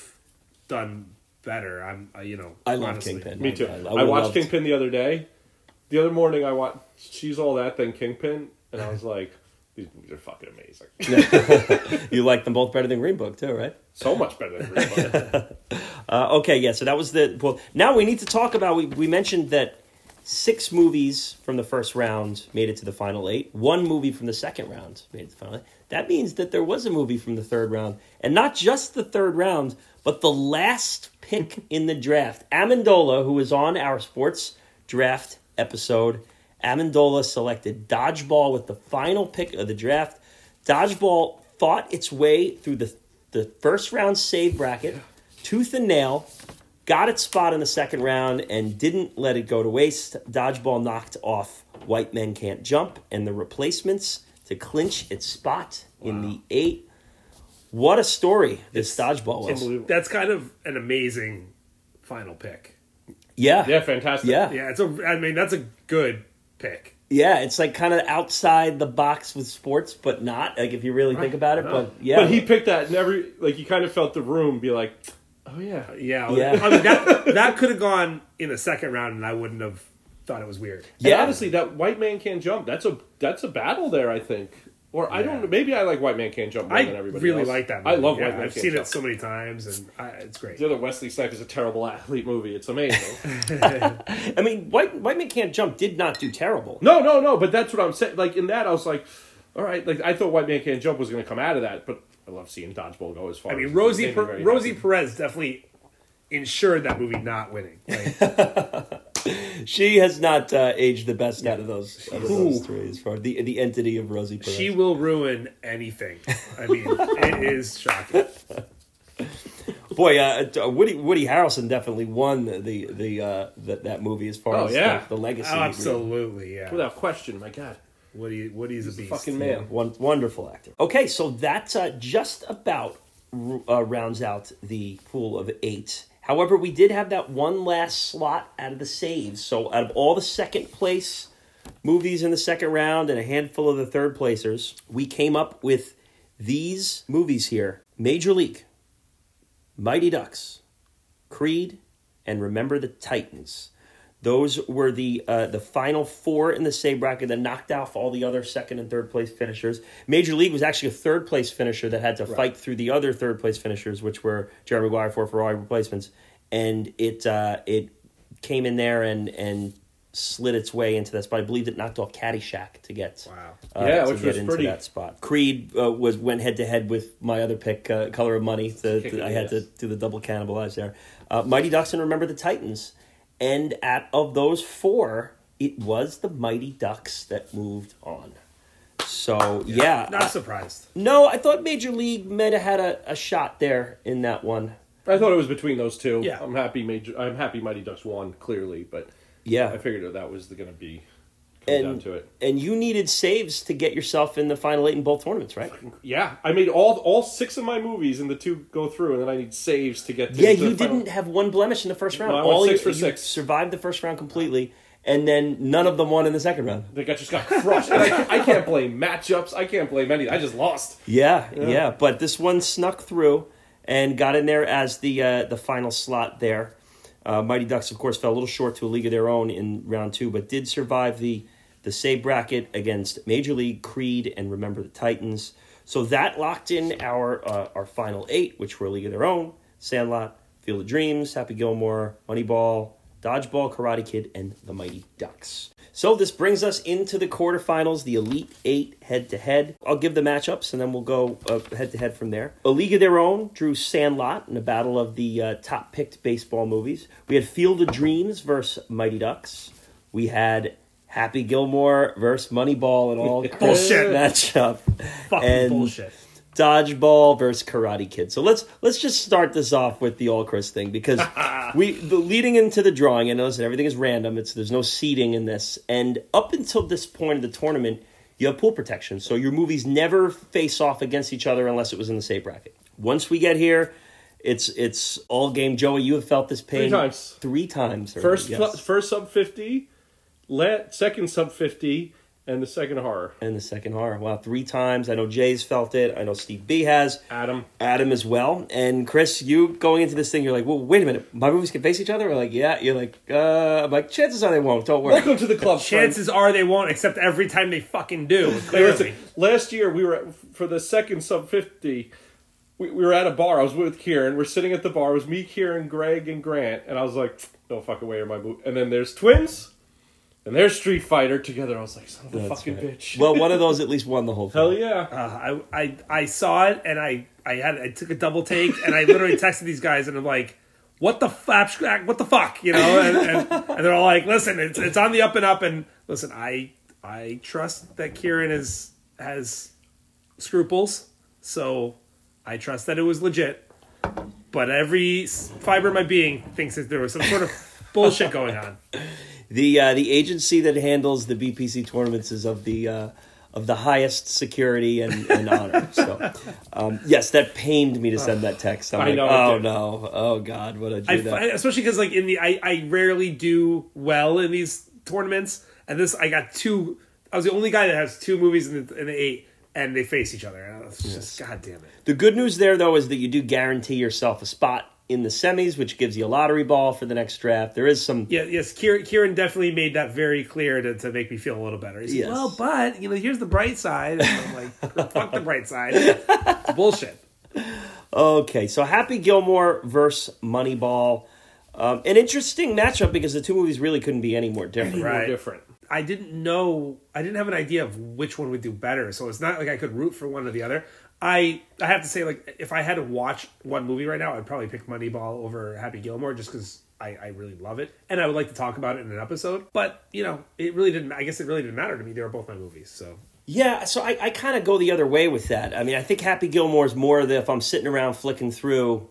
done better. I'm, I, you know,
I love
honestly.
Kingpin.
Me too.
oh I,
I,
I would
watched
love-
Kingpin the other day. The other morning, I watched She's All That, then Kingpin, and I was like, these movies are
[laughs]
fucking amazing.
You like them both better than Green Book too, right?
so much better than Green
[laughs]
Book.
Uh, okay, yeah. So that was the well. Now we need to talk about. We we mentioned that six movies from the first round made it to the final eight. One movie from the second round made it to the final eight. That means that there was a movie from the third round, and not just the third round, but the last pick in the draft. Amendola, who was on our sports draft episode, Amendola selected dodgeball with the final pick of the draft. Dodgeball fought its way through the the first round save bracket, tooth and nail, got its spot in the second round and didn't let it go to waste. Dodgeball knocked off White Men Can't Jump and the replacements to clinch its spot in the eight. What a story this dodgeball was.
Unbelievable.
That's kind of an amazing final pick.
Yeah.
Yeah, fantastic.
Yeah.
Yeah, it's a. I mean, that's a good pick.
Yeah, It's like kind of outside the box with sports, but not. Like if you really think about it. But yeah.
But he picked that, and every, like, you kind of felt the room be like, oh, yeah.
Uh, Yeah,
Yeah.
I mean, that that could have gone in the second round, and I wouldn't have thought it was weird.
Yeah.
Yeah. honestly, that white man can't jump. That's a that's a battle there. I think, or I don't. know. Maybe I like white man can't jump more
I
than everybody.
really
else.
like that.
I
Movie.
love
Yeah,
white man.
I've
Can't
seen
Jump.
it so many times, and I, it's great.
The other Wesley Snipes is a terrible [laughs] athlete movie. It's amazing.
I mean, White, White Man Can't Jump did not do terrible.
No, no, no. But that's what I'm saying. Like in that, I was like, all right. Like I thought White Man Can't Jump was going to come out of that, but I love seeing dodgeball go as far.
I mean,
as
Rosie
it's made me
per-
very
Rosie
happy.
Perez definitely ensured that movie not winning.
[laughs]
Like,
She has not uh, aged the best out of those, out of those three as far the the entity of Rosie Perez.
she will ruin anything. I mean, it is
[laughs]
shocking.
Boy, uh, uh, Woody Woody Harrelson definitely won the the, the uh, that that movie as far
Oh,
as
yeah.
the, the legacy.
Absolutely, yeah.
without question. My God,
Woody, Woody's a beast.
fucking man.
Won- wonderful actor. Okay, so that uh, just about ru- uh, rounds out the pool of eight. However, we did have that one last slot out of the saves. So out of all the second place movies in the second round and a handful of the third placers, we came up with these movies here: Major League, Mighty Ducks, Creed, and Remember the Titans. Those were the uh, the final four in the save bracket that knocked off all the other second and third place finishers. Major League was actually a third place finisher that had to fight through the other third place finishers, which were Jerry Maguire for Ferrari replacements, and it uh, it came in there and and slid its way into that spot. I believe it knocked off Caddyshack to get
Wow.
uh,
Yeah,
to
which
get
was
into
pretty-
that spot. Creed uh, was went head to head with my other pick, uh, Color of Money. The,
Kicking
I had
ass.
to do the double cannibalize there. Uh, Mighty Ducks and Remember the Titans. And out of those four, it was the Mighty Ducks that moved on. So yeah,
Not
I-
surprised.
no, I thought Major League might have had a, a shot there in that one.
I thought it was between those two.
Yeah.
I'm happy. Major. I'm happy. Mighty Ducks won clearly, but
Yeah,
I figured that that was going to be come down
and
to it.
and you needed saves to get yourself in the final eight in both tournaments, right?
Yeah, I made all all six of my movies, and the two go through, and then I need saves to get. To
Yeah,
to
you
the final-
didn't have one blemish in the first round.
No, I went six
your-
for
you
six.
survived the first round completely, and then none of them won in the second round.
They got just got crushed. And I, I can't blame matchups. I can't blame any. I just lost.
Yeah, yeah, But this one snuck through and got in there as the uh, the final slot there. Uh, Mighty Ducks, of course, fell a little short to a league of their own in round two, but did survive the the save bracket against Major League Creed and Remember the Titans. So that locked in our uh, our final eight, which were a league of their own, Sandlot, Field of Dreams, Happy Gilmore, Moneyball, Dodgeball, Karate Kid, and the Mighty Ducks. So this brings us into the quarterfinals, the Elite Eight head to head. I'll give the matchups and then we'll go head to head from there. A League of Their Own drew Sandlot in a battle of the uh, top picked baseball movies. We had Field of Dreams versus Mighty Ducks. We had
[laughs]
Happy Gilmore versus Moneyball and all Chris
Bullshit.
matchup.
Fucking
And
bullshit.
Dodgeball versus Karate Kid. So let's let's just start this off with the All Chris thing
[laughs]
because we the leading into the drawing. I notice that everything is random. It's there's no seeding in this, and up until this point of the tournament, you have pool protection, so your movies never face off against each other unless it was in the same bracket. Once we get here. It's it's all game, Joey. You have felt this pain
times.
Three times. already,
First,
yes.
pl- first sub fifty, let second sub fifty, and the second horror.
and the second horror. Wow, three times. I know Jay's felt it. I know Steve B has.
Adam,
Adam as well. And Chris, you going into this thing, you're like, well, wait a minute. My movies can face each other? We're like, yeah. You're like, uh, I'm like, chances are they won't. Don't
[laughs]
worry.
welcome to the club. friends.
Chances are they won't, except every time they fucking
Hey,
do.
listen,
Clearly.
last year we were at, for the second sub fifty. We, we were at a bar. I was with Kieran. We're sitting at the bar. It was me, Kieran, Greg, and Grant. And I was like, "No fucking way, are my boot." And then there's twins, and there's Street Fighter together. I was like, "Son of a fucking bitch."
well, one of those at least won the whole thing.
hell yeah.
Uh, I, I I saw it and I I had I took a double take and I literally texted these guys and I'm like, what the fuck? What the fuck? You know? And, and, and they're all like, listen, it's it's on the up and up and listen, I I trust that Kieran is has scruples, so I trust that it was legit. But every s- fiber of my being thinks that there was some sort of bullshit going on.
The uh, the agency that handles the BPC tournaments is of the uh, of the highest security and, and
[laughs]
honor. So, um, yes, that pained me to send that text. I'm
I
like,
know it
oh
did.
no, oh god, what a
I,
do that.
fi- especially because like in the I, I rarely do well in these tournaments and this i got two i was the only guy that has two movies in the, in the eight and they face each other and I was just god damn it
The good news there, though, is that you do guarantee yourself a spot in the semis, which gives you a lottery ball for the next draft. There is some.
yeah yes kieran, kieran definitely made that very clear to, to make me feel a little better he said
Yes.
well but you know here's the bright side and i'm like fuck the
[laughs]
bright side It's bullshit
Okay, so Happy Gilmore versus Moneyball. Um, an interesting matchup because the two movies really couldn't be any more different.
Right.
We're different.
I didn't know I didn't have an idea of which one would do better. So it's not like I could root for one or the other. I I have to say like if I had to watch one movie right now, I'd probably pick Moneyball over Happy Gilmore just because I, I really love it and I would like to talk about it in an episode. But you know, it really didn't. I guess it really didn't matter to me. They were both my movies. So
Yeah, so I, I kind of go the other way with that. I mean, I think Happy Gilmore is more the if I'm sitting around flicking through,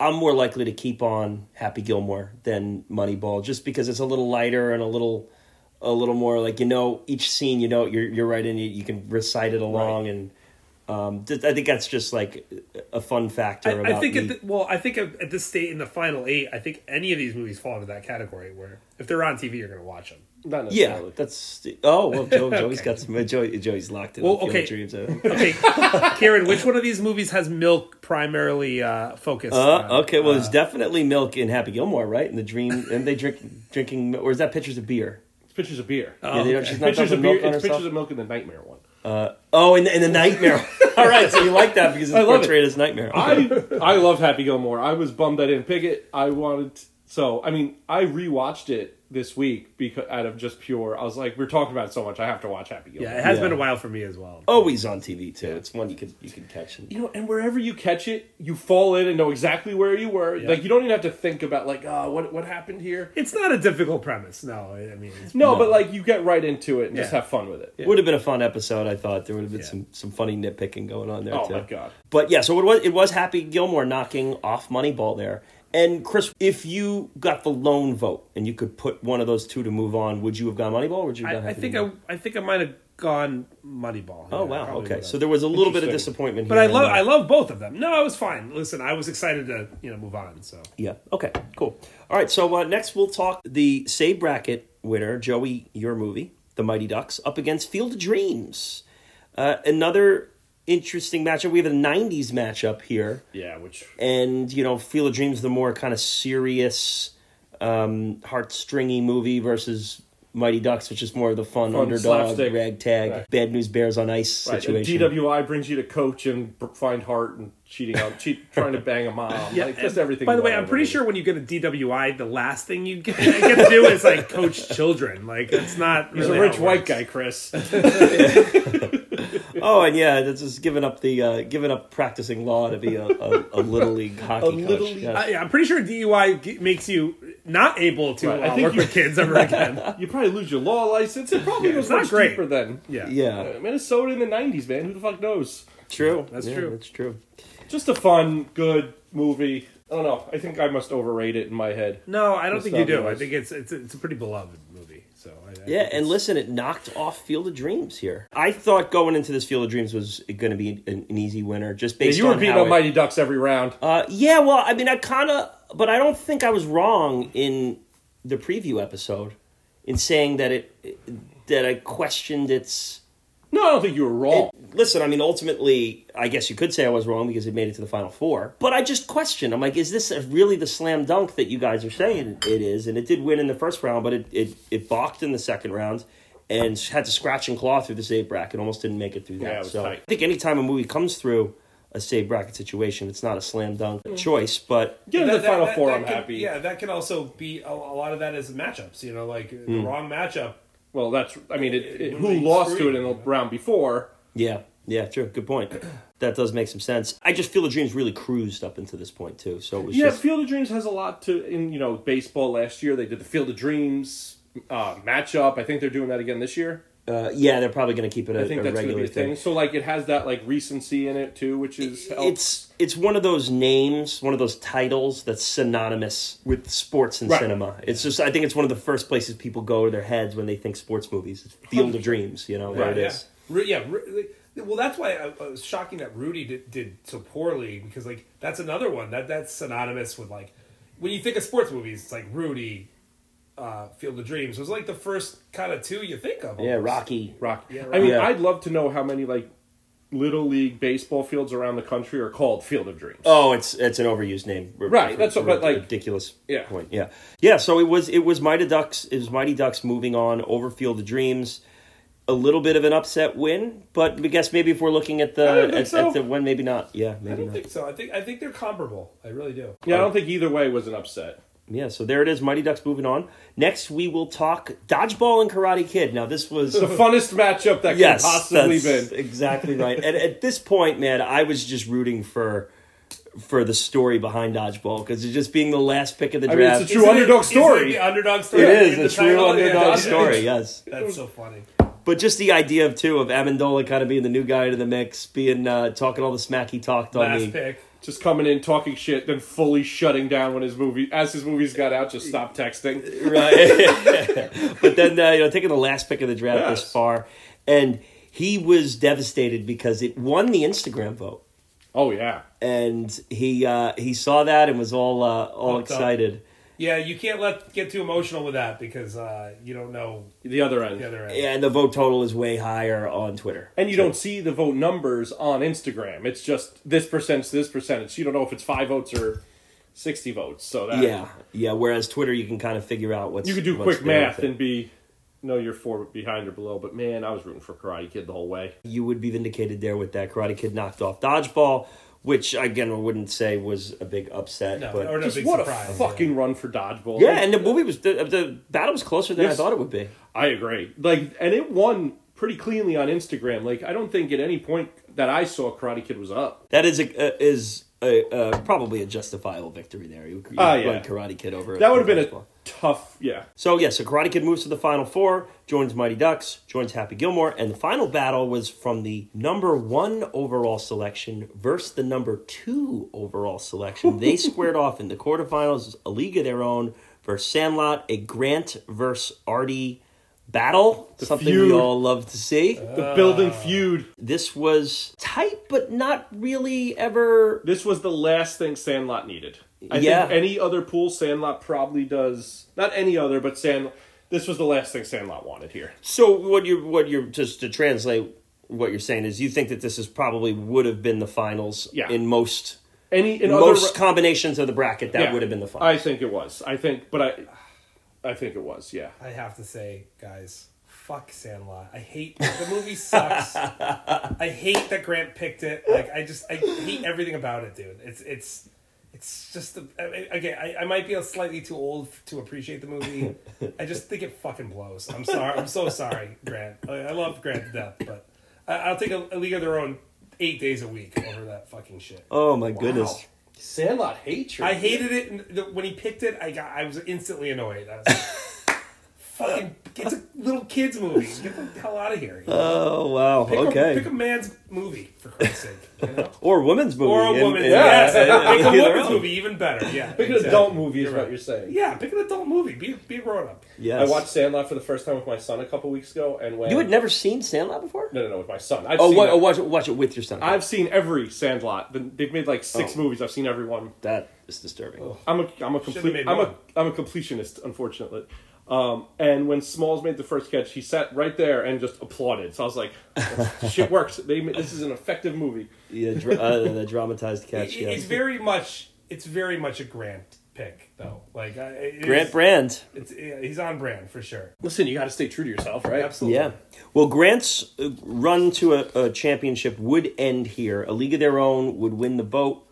I'm more likely to keep on Happy Gilmore than Moneyball, just because it's a little lighter and a little, a little more like you know each scene. You know, you're you're right in it. You can recite it along, and um, th- I think that's just like a fun factor.
I,
about
I think
me.
at the, well, I think at at this state in the final eight, I think any of these movies fall into that category where if they're on TV, you're going to watch them.
Not
yeah,
necessarily.
that's oh well.
[laughs]
Joe, Joey's got some. Joey, Joey's locked in.
Well,
the Field of
okay.
Dreams,
[laughs]
I think. [laughs]
Okay, Karen, which one of these movies has milk primarily uh, focused? on?
Uh, okay, well, there's definitely milk in Happy Gilmore, right? In the
[laughs]
dream, and they drink drinking, or is that pictures of beer?
It's pictures of beer.
yeah, they don't,
okay.
she's Oh. not
Oh, pictures
dumping
of beer.
milk
It's
on
pictures
herself.
of milk in the nightmare one.
Oh, in the, in the
[laughs]
nightmare. [laughs] All right, so you like that because it's
I love it.
portrayed as nightmare.
I I love Happy Gilmore. I was bummed I didn't pick it. I wanted so I mean I rewatched it this week because out of just pure I was like we're talking about it so much I have to watch Happy Gilmore.
Yeah, it has
Yeah.
been a while for me as well.
[laughs]
Oh,
Always on TV too. It's one you could you could catch. And,
You know, and wherever you catch it, you fall in and know exactly where you were. Like you don't even have to think about like oh what what happened here.
It's not a difficult premise. No, I I mean, it's,
No, but like you get right into it and just
Yeah.
have fun with it.
Would have been a fun episode. I thought there would have been
Yeah.
some some funny nitpicking going on there.
Oh
too.
my god.
But yeah, so it was it was Happy Gilmore knocking off Moneyball there. And Chris, if you got the lone vote and you could put one of those two to move on, would you have gone Moneyball? Or would you? Have gone
I, I
Happy
think
Gilmore?
I, I think I might have gone Moneyball.
Oh
Yeah, I
wow.
probably
Okay.
would've.
So there was a little bit of
Interesting.
disappointment.
but
here
I
and
love
there.
uh,
I love both of them. No, I was fine. Listen, I was excited to you know move on. So
Yeah. Okay. Cool. All right. So uh, next we'll talk the save bracket winner, Joey, your movie, The Mighty Ducks, up against Field of Dreams. Uh, another interesting matchup. We have a '90s matchup here,
Yeah, which
and you know, Field of Dreams, the more kind of serious, um, heartstringy movie versus. Mighty Ducks, which is more of the fun, underdog,
slapstick.
ragtag, bad news bears on ice
right, and
situation.
DWI brings you to coach and b- find heart and cheating on cheat, trying to bang a
[laughs]
mom. Yeah, like, just everything.
By the
you
way,
want
I'm
in a
pretty
movie.
sure when you get a DWI, the last thing you get, [laughs] get to do is like coach children. Like it's not.
He's
really
a
how
rich
it
white
works.
guy, Chris.
[laughs]
Oh, and yeah, that's just giving up the uh, giving up practicing law to be a, a, a little league hockey coach.
little league-
Yeah.
Uh, yeah, I'm pretty sure DUI g- makes you
not able to
Right, I
uh,
think
work
you-
with kids
[laughs]
ever again.
You probably lose your law license. It probably goes
it's not
much
great.
deeper then.
Yeah.
Yeah,
Uh, Minnesota in the '90s, man. Who the fuck knows?
true.
That's
Yeah,
true.
That's true.
Just a fun, good movie. I don't know. I think I must overrate it in my head.
No, I don't think you do. I
Nostalgia-wise.
think it's it's it's a pretty beloved movie. So I, I
Yeah,
think
and
it's-
listen, it knocked off Field of Dreams here. I thought going into this Field of Dreams was going to be an, an easy winner, just
Yeah,
based
you were
on
beating
how
up
it-
Mighty Ducks every round.
Uh, yeah, well, I mean, I kind of, but I don't think I was wrong in the preview episode in saying that it that I questioned its.
No, I don't think you were wrong.
Listen, I mean, ultimately, I guess you could say I was wrong because it made it to the final four. But I just questioned. I'm like, is this a- really the slam dunk that you guys are saying it is? And it did win in the first round, but it it, it balked in the second round. And had to scratch and claw through the save bracket. Almost didn't make it through that.
Yeah, it was
so
tight.
I think anytime a movie comes through a save bracket situation, it's not a slam dunk choice, but
Get into the
That- that-
final
that-
four.
that
I'm
can-
happy.
Yeah, that can also be a, a lot of that is matchups. You know, like
Hmm.
the wrong matchup.
Well, that's. I mean, it, it,
It
who
would be
lost to
screwed.
it in the round before?
Yeah, yeah, true. Good point. That does make some sense. I just feel the dreams really cruised up until this point too. So it was
Yeah,
just
Field of Dreams has a lot to. In you know, baseball last year they did the Field of Dreams uh, matchup. I think they're doing that again this year.
uh, yeah, they're probably going to keep it a,
I think
a
that's going to be
regular
a
thing.
thing. So like, it has that like recency in it too, which is
It's it's one of those names, one of those titles that's synonymous with sports and
Right.
cinema. It's just I think it's one of the first places people go to their heads when they think sports movies. It's Field of Dreams, you know, there
Right,
it
yeah.
is.
Ru- yeah. Ru- Well, that's why I, I was shocking that Rudy did, did so poorly because like that's another one that that's synonymous with like when you think of sports movies, it's like Rudy, uh, Field of Dreams was like the first kind of two you think of.
Yeah,
almost.
Rocky.
rock.
Yeah,
I mean,
right.
I'd love to know how many like little league baseball fields around the country are called Field of Dreams.
Oh, it's it's an overused name, r-
Right,
for-
that's what-
for
but, like-
ridiculous.
Yeah.
point. Yeah, yeah. So it was it was Mighty Ducks. It was Mighty Ducks moving on over Field of Dreams. A little bit of an upset win, but I guess maybe if we're looking at
I don't
the
think
at,
so.
at the win, maybe not. Yeah,
I
maybe
don't
not.
think so. I think I think they're comparable. I really do.
yeah, I don't think either way was an upset.
Yeah, so there it is. Mighty Ducks moving on. Next, we will talk dodgeball and Karate Kid. Now, this was
[laughs]
The funnest matchup
[laughs]
that
yes,
could possibly
that's
been.
exactly right. and at this point, man, I was just rooting for for the story behind dodgeball because it's just being the last pick of the
I mean,
draft.
it's a true underdog
Is it
story.
the underdog story.
It is
in
a
the
true
title?
underdog
Yeah.
[laughs]
story, yes.
That's so funny.
But just the idea of too of Amendola kind of being the new guy to the mix, being uh, talking all the smack he talked on
Last
me.
pick.
Just coming in, talking shit, then fully shutting down when his movie, as his movies got out, just stopped texting. [laughs]
right? [laughs] but then uh, you know, taking the last pick of the draft this
Yes.
far, and he was devastated because it won the Instagram vote,
Oh yeah,
and he uh, he saw that and was all uh, all
Pumped up.
excited.
Yeah, you can't let get too emotional with that because uh, you don't know
the other end.
the other end.
Yeah, and the vote total is way higher on Twitter.
And you don't see the vote numbers on Instagram. It's just this percentage, this percentage. You don't know if it's five votes or sixty votes. So that
Yeah, yeah. Whereas Twitter, you can kind of figure out what's
you could do
what's
quick
there
math
with it.
and be no, you're four behind or below. But man, I was rooting for Karate Kid the whole way.
you would be vindicated there with that Karate Kid knocked off dodgeball, which again I wouldn't say was a big upset,
No,
but
or no
Just
big
what
surprise.
a fucking run for dodgeball.
yeah, and the movie was the, the battle was closer than I
Yes.
thought it would be.
I agree. Like, and it won pretty cleanly on Instagram. Like, I don't think at any point that I saw Karate Kid was up.
That is a, uh, is a, uh, probably a justifiable victory there. You, you
Ah,
run
yeah.
Karate Kid over
That would have been a
dodgeball.
tough. Yeah,
So yeah, so Karate Kid moves to the final four, joins Mighty Ducks, joins Happy Gilmore, and the final battle was from the number one overall selection versus the number two overall selection.
[laughs]
they squared off in the quarterfinals, a league of their own versus Sandlot, a Grant versus Artie battle, something
feud. Uh.
we all love to see.
the
Uh,
building feud.
this was tight, but not really ever
This was the last thing Sandlot needed. I
Yeah.
think any other pool Sandlot probably does. Not any other, but Sandlot. This was the last thing Sandlot wanted here.
So what you what you're just to translate what you're saying is you think that this is probably would have been the finals
Yeah.
in most
Any in
most
other,
combinations of the bracket that
Yeah.
would have been the
I
finals.
think it was. I think, but I, I think it was. Yeah.
I have to say, guys, fuck Sandlot. I hate the movie sucks. I hate that Grant picked it. Like I just I hate everything about it, dude. It's it's it's just a, I mean, again. I, I might be a slightly too old f- to appreciate the movie. I just think it fucking blows. I'm sorry. I'm so sorry, Grant. I, I love Grant to death, but I, I'll take a, a League of Their Own eight days a week over that fucking shit.
oh my goodness.
Sandlot hatred.
I hated it and the, when he picked it. I got I was instantly annoyed. I was like,
[laughs]
fucking, it's a little kids movie. Get the hell out of here. you know?
Oh wow.
pick
okay.
A, pick a man's movie for Christ's sake. You know?
[laughs] or a women's movie.
Or a
in-
woman.
in-
yes.
uh,
pick a
either
woman's
one.
movie, even better. Yeah.
Pick an
exactly.
adult movie is
You're
what
right.
you're saying.
Yeah, pick an adult movie. Be be grown up.
Yes.
I watched Sandlot for the first time with my son a couple weeks ago, and when
You had never seen Sandlot before?
no, no, no, with my son. I've
Oh,
seen
wa-
that-
oh, watch it. Watch it with your son.
I've seen every Sandlot. The- They've made like six
Oh.
movies. I've seen every one.
that is disturbing.
I'm a I'm a
Should've
complete
made
I'm a
one.
I'm a completionist, unfortunately. Um, and when Smalls made the first catch, he sat right there and just applauded. So I was
[laughs]
like, "Shit works. They ma- this is an effective movie."
Yeah, dra- uh, the
[laughs]
dramatized
It-
catch.
it-
yeah.
It's very much. It's very much a Grant pick though. Like I, it
Grant
is-
Brand.
It's, yeah, he's on brand for sure.
Listen, you got to stay true to yourself, right?
Absolutely.
Yeah. Well, Grant's uh, run to a, a championship would end here. A League of Their Own would win the boat,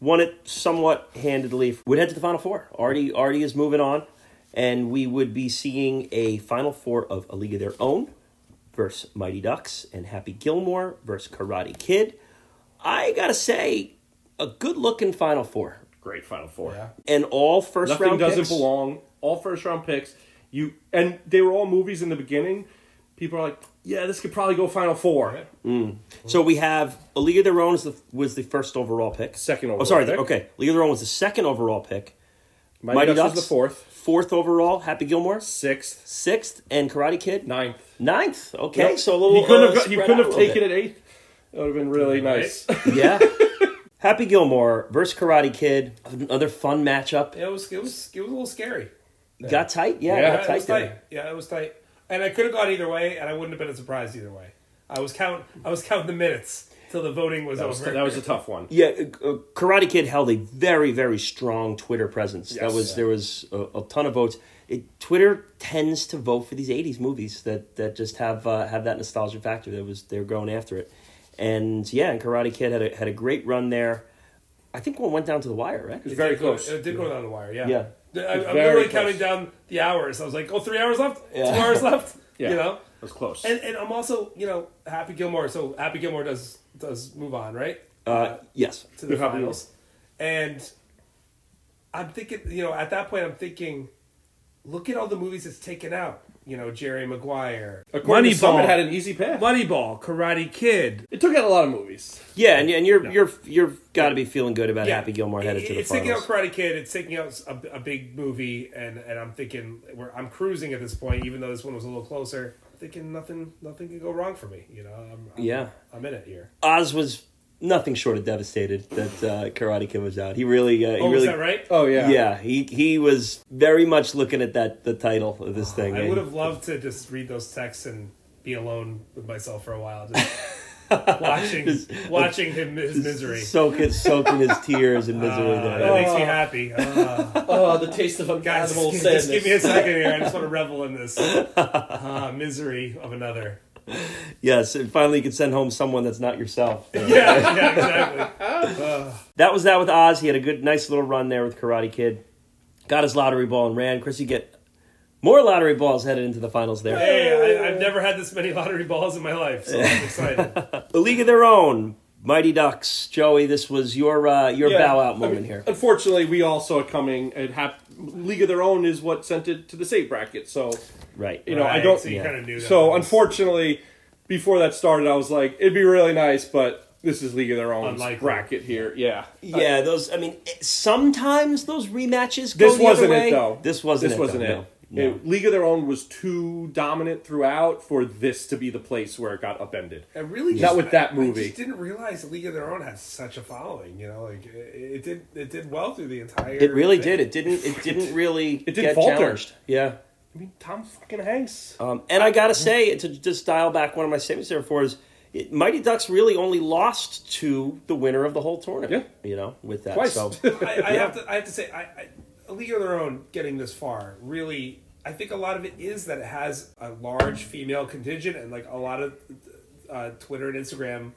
won it somewhat handedly. Would head to the Final Four. Already, already is moving on, and we would be seeing a Final Four of A League of Their Own versus Mighty Ducks and Happy Gilmore versus Karate Kid. I gotta say, a good looking Final Four,
Great Final Four.
Yeah.
and all first
Nothing
round
doesn't
picks.
belong. All first round picks. You and they were all movies in the beginning. People are like, "Yeah, this could probably go Final Four.
So we have A League of Their Own is the, was the first overall pick.
Second
Oh,
overall.
sorry.
pick.
Okay, League of Their Own was the second overall pick.
Mighty,
Mighty
Ducks, was
Ducks?
the fourth,
Fourth overall, Happy Gilmore.
sixth,
Sixth, and Karate Kid.
ninth.
Ninth. Okay,
Yep.
so a little.
You couldn't
uh,
have, got- you
spread
couldn't
out
have
a little
taken it eighth. That would have been really
Right.
nice.
bit. Yeah. Happy Gilmore versus Karate Kid. Another fun matchup.
It was it was it was a little scary.
Got tight. Yeah, got
Yeah,
Yeah, it was
tight.
tight.
there.
Yeah, it was tight. And I could have gone either way, and I wouldn't have been surprised either way. I was count. I was counting the minutes till the voting was
That was,
over.
that was a tough one.
Yeah, uh, uh, Karate Kid held a very, very strong Twitter presence. that
Yes.
was there was a, a ton of votes. It, Twitter tends to vote for these '80s movies that that just have uh, have that nostalgia factor. That was they're going after it, and yeah, and Karate Kid had a had a great run there. I think one went down to the wire, right?
It
very
did go-
close.
It did go down the wire. Yeah.
Yeah.
I,
It was very
I'm literally
close.
counting down the hours. I was like, oh, three hours left.
Yeah.
Two
[laughs]
hours left.
Yeah.
You know.
It was close.
And and I'm also you know Happy Gilmore. So Happy Gilmore does does move on right
Uh, yes.
to [laughs] the
Happy
finals, and I'm thinking you know at that point I'm thinking, look at all the movies it's taken out. You know Jerry Maguire,
According to some,
Moneyball.
it had an easy path.
Moneyball, Karate Kid,
It took out a lot of movies.
Yeah, and, and you're you're you're got to be feeling good about Happy Gilmore headed
It-
to the
It's taking out
finals.
Karate Kid. It's taking out a, a big movie, and and I'm thinking we're, I'm cruising at this point, even though this one was a little closer. Thinking nothing, nothing can go wrong for me. You know, I'm, I'm,
Yeah.
I'm in it here.
Oz was nothing short of devastated that uh, Karate Kid was out. He really, uh, he
Oh,
really.
is that right?
Oh yeah.
Yeah. he he was very much looking at that the title of this thing.
I
and-
would have loved to just read those texts and be alone with myself for a while,
[laughs]
just watching watching him his misery.
soak it, soaking
[laughs]
his tears and misery.
Ah,
Uh, that
there.
makes me happy. Uh,
Oh, the
[laughs]
taste of
guys,
unfathomable
just,
sadness.
just give me a second here. I just want to revel in this uh, misery of another.
Yes, and finally you can send home someone that's not yourself.
Yeah, yeah, exactly.
that was that with Oz. He had a good, nice little run there with Karate Kid. Got his lottery ball and ran. Chris, you get more lottery balls headed into the finals there.
Hey, I, I've never had this many lottery balls in my life, so
[laughs]
I'm excited.
A League of Their Own, Mighty Ducks. Joey, this was your uh, your
Yeah,
bow out
I
moment
mean,
here.
Unfortunately, we all saw it coming. It hap- League of Their Own is what sent it to the save bracket. So,
Right.
[laughs] you know, I
Right,
don't.
So you
yeah.
kind of knew that.
So
was
unfortunately, before that started, I was like, it'd be really nice, but this is League of Their Own
Unlikely.
bracket here. Yeah.
Yeah, those. I mean, sometimes those rematches. Go
This
the
wasn't
other way.
it though.
This wasn't.
This
it,
wasn't
though,
it.
No. No.
It- League of Their Own was too dominant throughout for this to be the place where it got upended.
I really
Not
just,
with that
I-
movie.
I just didn't realize League of Their Own has such a following. You know, like it, it did. It did well through the entire.
It really
thing.
did. It didn't.
[laughs]
It didn't really.
It didn't
get
falter.
challenged. Yeah.
I mean, Tom fucking Hanks.
Um, and I gotta say, to just dial back one of my statements there before is, it, Mighty Ducks really only lost to the winner of the whole tournament. You know, with that.
Twice.
So
[laughs]
I, I have to. I have to say, I, I, A League of Their Own getting this far really. I think a lot of it is that it has a large female contingent and like a lot of uh, Twitter and Instagram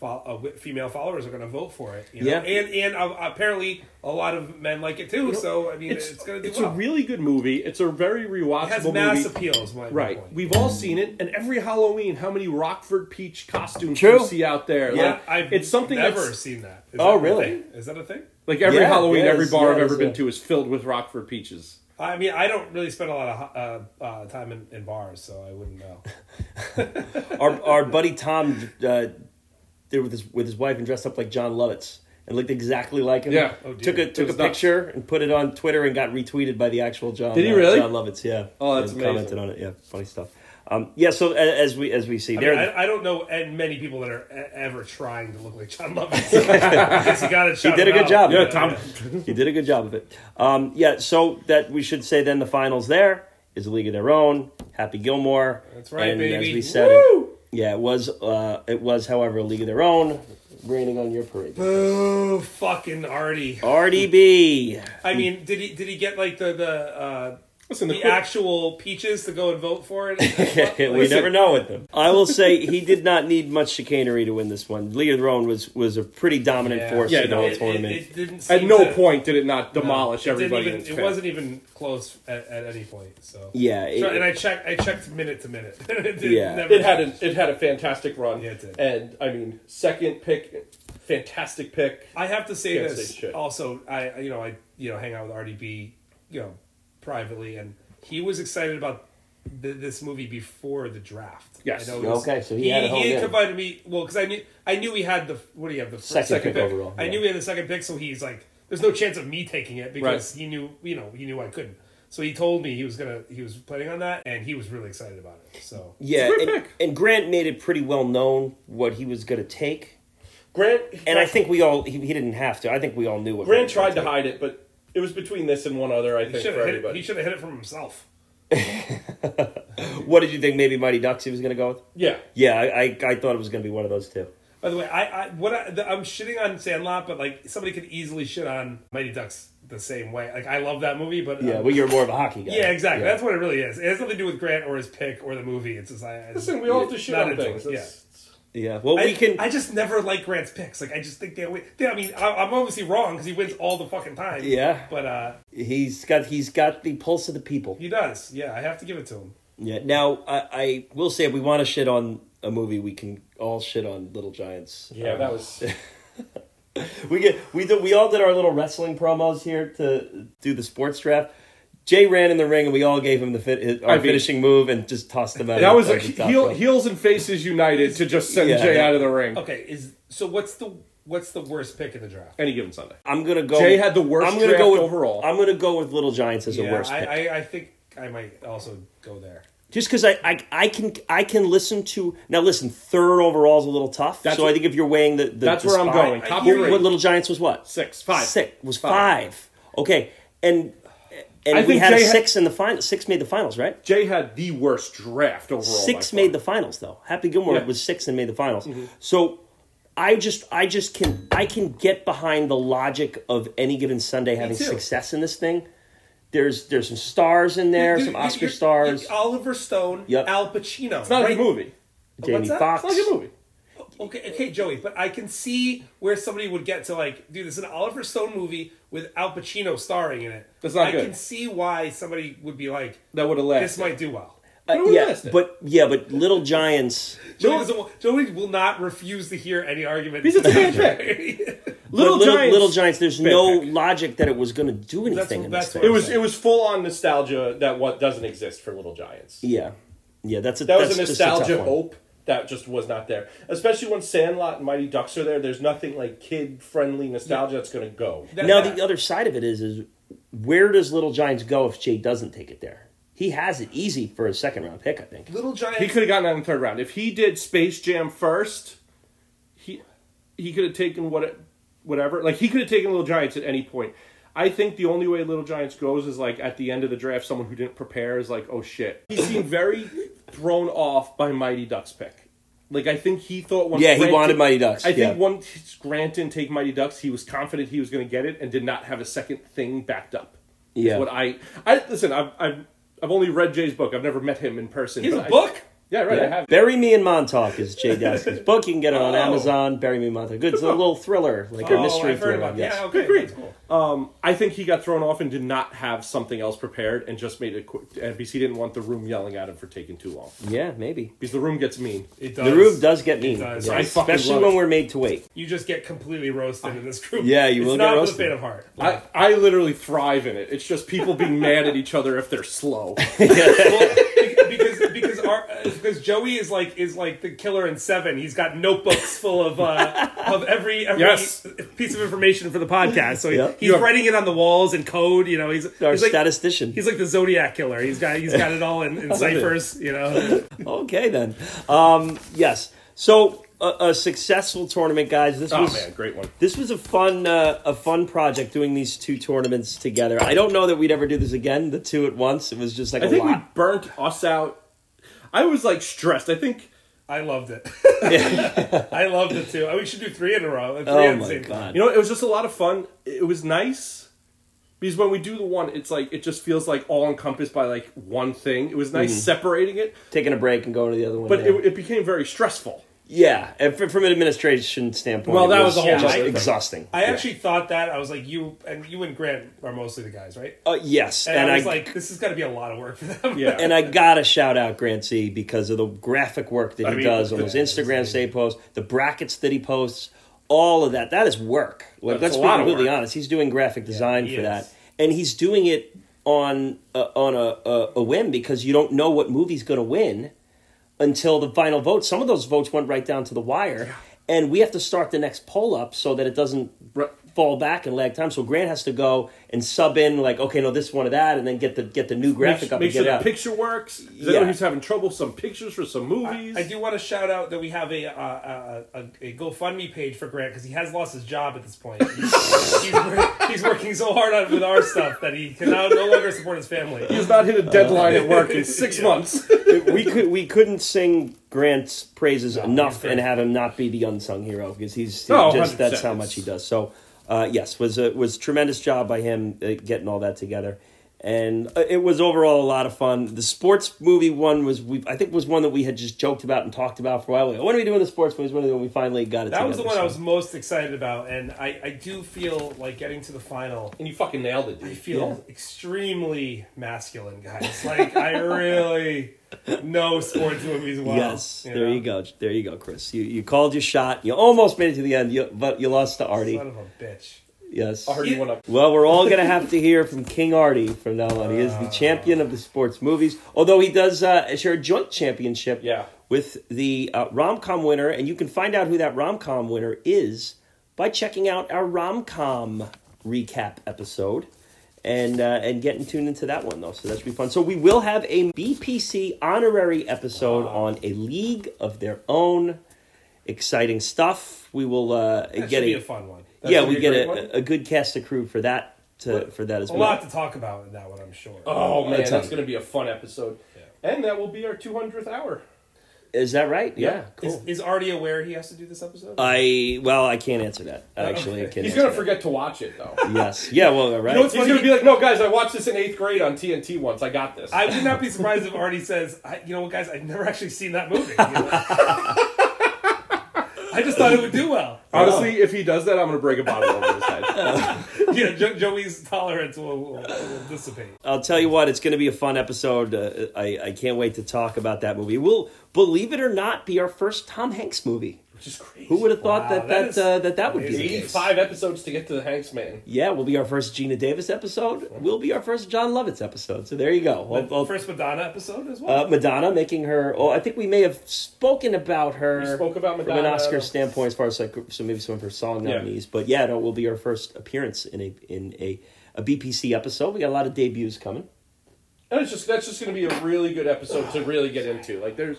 fo- uh, wi- female followers are going to vote for it. You know?
Yeah.
and and uh, apparently a lot of men like it too. [laughs] so I mean, it's,
It's,
going to do
it's
well.
a really good movie. It's a very rewatchable
it has
movie.
mass appeal. Is my my
Right.
point.
We've all seen it, and every Halloween, how many Rockford Peach costumes
True.
you see out there?
Yeah,
like,
I've
it's something
never
that's
seen that. Is
Oh,
that a
really?
thing? Is that a thing?
like every
Yeah,
Halloween,
yeah,
every
it's-
bar I've
yeah,
ever
it's
been
a-
to is filled with Rockford Peaches.
I mean, I don't really spend a lot of uh, uh, time in, in bars, so I wouldn't know.
our our buddy Tom uh, did with his with his wife and dressed up like John Lovitz and looked exactly like him.
Yeah.
Oh, dear.
took a took a
was nuts.
picture and put it on Twitter and got retweeted by the actual John.
Did he
uh,
really?
John Lovitz, yeah.
Oh, that's
And
amazing.
Commented on it, yeah. Funny stuff. Um, yeah. So a- as we as we see,
I,
there.
mean, I, I don't know and many people that are e- ever trying to look like
[laughs]
John Lovitz. Guess you got
He did a good job.
Yeah, Tom.
[laughs] he did a good job of it. Um, yeah, so that we should say then the finals there is a League of Their Own, Happy Gilmore.
That's right,
and
baby.
As we said, It, yeah, it was. Uh, it was, however, a League of Their Own, raining on your parade.
Boo, Oh, fucking Artie.
RDB.
I mean, did he did he get like the the uh,
Listen, the
the
quick-
actual peaches to go and vote for
[laughs]
it?
we never know with them. I will say he did not need much chicanery to win this one. League of Their Own was was a pretty dominant force
Yeah,
in the
no,
whole
it, it-
tournament.
it didn't.
At
seem
no
to-
point did it not demolish
it didn't
everybody.
even-
in its
it
path.
wasn't even close at, at any point. So
yeah,
So-
it-
and I checked. I checked minute to minute. [laughs] it did-
Yeah.
never-
It had a, it had a fantastic run.
Yeah, it did.
And I mean, second pick, fantastic pick.
I have to say
Can't
this
say shit.
also. I I- you know I you know hang out with RDB you know privately, and he was excited about th- this movie before the draft.
Yes.
he was-
Okay, so he had it honed in.
confided me well because I knew I knew he had the what do you have the first,
Second pick overall,
I
yeah.
knew he had the second pick, so he's like, there's no chance of me taking it because he knew you know he knew I couldn't. So he told me he was gonna he was planning on that, and he was really excited about it. So
yeah, and, and Grant made it pretty well known what he was going to take.
Grant
And I think we all he, he didn't have to. I think we all knew what
Grant tried to hide it, but it was between this and one other. I
he
think
should
for
have hit it.
everybody.
He should have hit it from himself.
What did you think? Maybe Mighty Ducks he was going to go with.
yeah.
Yeah, I, I, I thought it was going to be one of those two.
By the way, I, I what I, the, I'm shitting on Sandlot, but like somebody could easily shit on Mighty Ducks the same way. Like I love that movie, but um,
Yeah, well, you're more of a hockey guy.
yeah, exactly. That's what it really is. It has nothing to do with Grant or his pick or the movie. It's just I, I
Listen, we all have to
not
shoot on
into it,
things.
Yeah.
That's-
Yeah, well,
I,
we can.
I just never like Grant's picks. Like I just think they. win. Yeah, I mean, I, I'm obviously wrong because he wins all the fucking time.
Yeah.
but uh,
he's got he's got the pulse of the people.
he does. Yeah, I have to give it to him.
Yeah. Now, I, I will say, if we want to shit on a movie, we can all shit on Little Giants.
Yeah, that was.
We get we did, we all did our little wrestling promos here to do the sports draft. Jay ran in the ring, and we all gave him the fit, his, our
I mean-
finishing move, and just tossed him out.
That
of
was
the,
like
of the top
heel,
rope.
heels and faces united to just send
Yeah,
Jay
yeah.
out of the ring
Okay, is so what's the what's the worst pick in the draft?
any given Sunday.
I'm gonna go.
Jay had the worst
I'm gonna
draft
go with,
overall.
I'm gonna go with Little Giants as
yeah,
a worst pick.
I, I, I think I might also go there.
Just because I, I I can I can listen to now. Listen, third overall is a little tough.
That's
so I
what-
think if you're weighing the, the
That's
the
where I'm
spot-
going.
I
Top
hear
three.
What Little Giants was what
Six, five.
Six was five.
Five.
Okay, and and
I
we
think
had a
Jay had-
six in the final. Six made the finals, right?
Jay had the worst draft overall.
six
by far.
made the finals though. Happy Gilmore
Yeah. Mm-hmm.
was six and made the finals. So I just I just can I can get behind the logic of any given Sunday having
too.
success in this thing. There's there's some stars in there,
Dude,
some
you-
Oscar
you-
stars.
uh,
you- Oliver Stone,
Yep.
Al Pacino. It's
Not a
right?
good movie.
Jamie
what's that?
Foxx.
It's not a good movie.
Okay, okay, Joey, but I can see where somebody would get to like, dude, this is an Oliver Stone movie with Al Pacino starring in it.
That's not
I
good.
can see why somebody would be like,
That would have
this
lasted.
might do well.
Uh,
Who
yeah,
asked it?
but yeah, but Little Giants.
Joey, doesn't wa- Joey will not refuse to hear any argument.
He's
[laughs]
a bad pick. Little,
but little,
Giants.
Little Giants. There's no
pick.
logic that it was going to do anything in
that's
this
what
thing.
It was it was full on nostalgia that what doesn't exist for Little Giants.
yeah, yeah. That's a
That
that's
was a
just tough
nostalgia
one.
hope that just was not there. Especially when Sandlot and Mighty Ducks are there, there's nothing like kid friendly nostalgia that's going to go.
That-
Now
that-
the other side of it is is where does Little Giants go if Jay doesn't take it there? He has it easy for a second round pick, I think.
Little Giant.
He could have gotten out in the third round. If he did Space Jam first, he he could have taken what it, whatever. Like he could have taken Little Giants at any point. I think the only way Little Giants goes is like at the end of the draft, someone who didn't prepare is like, oh shit. He seemed very thrown off by Mighty Ducks pick. Like I think he thought once
Yeah, he
Grant
wanted
did-
Mighty Ducks,
I think
yeah.
once Grant didn't take Mighty Ducks, he was confident he was going to get it and did not have a second thing backed up. Is
Yeah.
what I I listen. I've I've, I've only read Jay's book. I've never met him in person.
He has
but
a
I-
book?
Yeah, right. I have. Oh.
Bury Me in Montauk is Jay
[laughs]
Daskey's book. You can get it on Amazon. Bury Me in Montauk. Good. It's a little thriller, like a mystery
I've
thriller.
heard about
yes.
Yeah, okay,
Great.
that's cool.
Um, I think he got thrown off and did not have something else prepared and just made it quick. And because he didn't want the room yelling at him for taking too long.
Yeah, maybe.
Because the room gets mean.
It does.
The roof does get mean,
does.
yeah,
I
fucking
especially
love
when
it.
we're made to wait.
You just get completely roasted in this group.
Yeah, you
it's
will get
not for the
roasted.
faint of heart.
I, I literally thrive in it. It's just people being mad at each other if they're slow. Oh, [laughs]
Well, be- because because our, uh, because Joey is like is like the killer in Seven. He's got notebooks full of uh, of every every
Yes.
piece of information for the podcast. So he-
Yeah.
he's writing it on the walls in code. You know, he's
Our
he's like
statistician.
he's like the Zodiac killer. He's got he's got it all in, in ciphers. You know,
okay then. Um, yes. So a, a successful tournament, guys. This
oh
was
man, great one.
this was a fun uh, a fun project doing these two tournaments together. I don't know that we'd ever do this again, the two at once. It was just like a
I think we
lot.
burnt us out. I was like stressed. I think
I loved it. [laughs] I loved it too. We should do three in a row. Three
Oh
at the
my
same time.
god.
you know it was just a lot of fun. It was nice because when we do the one, it's like it just feels like all encompassed by like one thing. It was nice separating it,
Taking a break and going to the other one.
but
now.
it, it became very stressful.
yeah, and fr- from an administration standpoint,
Well,
it
that was a whole
just
other thing.
exhausting.
I actually thought that I was like you and you and Grant are mostly the guys, right?
uh, yes,
And, I was like, this has got to be a lot of work for them.
Yeah,
and I gotta shout out Grant C because of the graphic work that he
mean,
does on those Instagram save posts, the brackets that he posts, all of that. That is work. Like, let's
That's a
be
lot of
completely
work.
honest. He's doing graphic design
he
for
is.
that, and he's doing it on uh, on a, a, a whim because you don't know what movie's going to win until the final vote. Some of those votes went right down to the wire, and we have to start the next poll up so that it doesn't
Right.
fall back and lag time. So Grant has to go and sub in like, okay, no, this one of that, and then get the get the new graphic
make,
up
make
and
sure
get
the
it out.
picture works. 'Cause I
Yeah.
know he's having trouble with some pictures for some movies.
I do want to shout out that we have a uh, a, a, a GoFundMe page for Grant because he has lost his job at
[laughs]
this point. He's, he's, wor- he's working so hard on with our stuff that he can now no longer support his family.
He's not hit a deadline at [laughs] work in six months.
we could we couldn't sing Grant's praises enough
fair.
and have him not be the unsung hero because he's
Oh,
No,
just
100%.
that's how much he does. So uh, yes, was a was tremendous job by him uh, getting all that together, and uh, it was overall a lot of fun. The sports movie one was we I think was one that we had just joked about and talked about for a while. Like, when are we doing the sports movies? When are we, when we finally got it?
That was the one
together,
I was
so.
most excited about, and I, I do feel like getting to the final.
and you fucking nailed it,
I
dude.
feel extremely masculine, guys. Like I really know sports movies well.
Yes, there
know?
you go, there you go, Chris. You you called your shot. You almost made it to the end, you, but you lost to Artie.
Son of a bitch.
Yes,
I heard you went up.
Well, we're all going to have to hear from King Artie from now on. He is the champion of the sports movies, although he does uh, share a joint championship
Yeah.
with the uh, rom com winner. And you can find out who that rom com winner is by checking out our rom com recap episode and uh, and getting tuned into that one, though. So that should be fun. So we will have a BPC honorary episode on a league of their own. Exciting stuff. We will uh,
That
get
should be
a-
a fun one.
yeah,
gonna
we
be a
get
great
a,
one.
a good cast of crew for that to for that as
A
well.
lot to talk about in that one, I'm sure.
Oh man,
That's
that's,
it.
going to be a fun episode, and that will be our 200th hour.
Is that right? Yeah,
Is,
cool.
is Artie aware he has to do this episode?
Uh, I well, I can't answer that. Actually, I can't.
He's
answer
going to
that.
forget to watch it [laughs] though.
Yes. Yeah. Well, right.
You know what's
He's
funny? He's
gonna
going to be like, "No, guys, I watched this in eighth grade on TNT once. I got this."
I would not be surprised if Artie says, I, "You know what, guys? I've never actually seen that movie." you know? I just thought it would do well.
Honestly, if he does that, I'm going to break a bottle over his head.
[laughs] Yeah, jo- Joey's tolerance will, will, will dissipate.
I'll tell you what. It's going to be a fun episode. Uh, I I can't wait to talk about that movie. Will believe it or not, be our first Tom Hanks movie.
[laughs] Which is crazy.
Who would have thought
Wow,
that
that
that
is
uh, that that would be? the
amazing.
case?
85 episodes to get to the Hanks man.
Yeah, will be our first Gina Davis episode. Will be our first John Lovitz episode. So there you go. I'll- I'll-
First Madonna episode as well.
uh, Madonna making her. Oh, I think we may have spoken about her.
We spoke about
from an
Madonna.
Oscar standpoint, as far as like so maybe some of her song
Yeah.
nominees. But yeah, that will be our first appearance in a in a, a BPC episode. We got a lot of debuts coming.
And it's just that's just going to be a really good episode to really get into. Like there's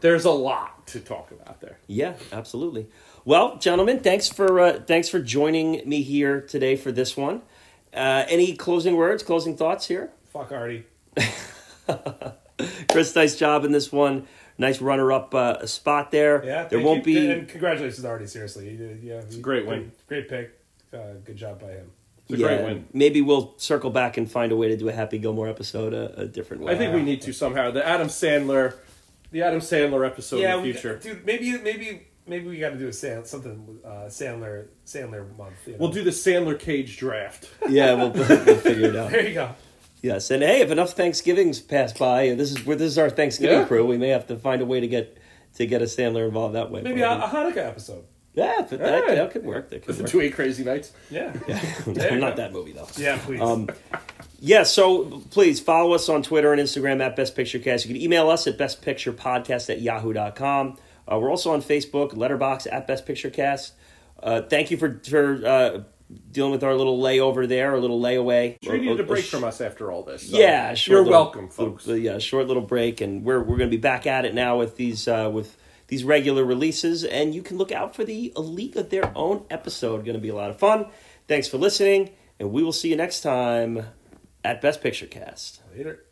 there's a lot to talk about there.
Yeah, absolutely. Well, gentlemen, thanks for uh, thanks for joining me here today for this one. Uh, any closing words, closing thoughts here?
Fuck Artie.
Chris, nice job in this one. Nice runner-up uh, spot there.
Yeah,
there
thank
won't
you.
be.
And congratulations, Artie. Seriously, you did- yeah, it's
great win.
Great pick. Uh, good job by him.
It's a great win.
Maybe we'll circle back and find a way to do a Happy Gilmore episode a, a different way.
I think we need to somehow. The Adam Sandler the Adam Sandler episode in the
we-
future.
dude. Maybe maybe maybe we got to do a Sand, something uh, Sandler Sandler month. you know.
We'll do the Sandler Cage [laughs] draft.
[laughs] Yeah, we'll, we'll figure
[laughs]
it out.
There you go.
Yes, and hey, if enough Thanksgivings pass by, and this is where this is our Thanksgiving
Yeah.
crew, we may have to find a way to get to get a Sandler involved that way.
Maybe a,
But-
a Hanukkah episode.
yeah, but that,
Hey.
that could work. That could work.
Two Eight Crazy Nights.
Yeah.
No, [laughs] not that movie though.
Yeah, please.
Um, Yeah, so please follow us on Twitter and Instagram at Best Picture Cast. You can email us at bestpicturepodcast at yahoo.com. Uh, we're also on Facebook, letterbox at Best Picture Cast. Uh, thank you for, for uh, dealing with our little layover there, our little layaway. Uh,
Sure, you needed a
Or- or-
break
or-
from us after all this. so
yeah, a short
You're
little-
welcome, folks.
little- yeah, a short little break, and we're we're going to be back at it now with these uh, with these regular releases, and you can look out for the A League of Their Own episode. Going to be a lot of fun. Thanks for listening, and we will see you next time at Best Picture Cast.
Later.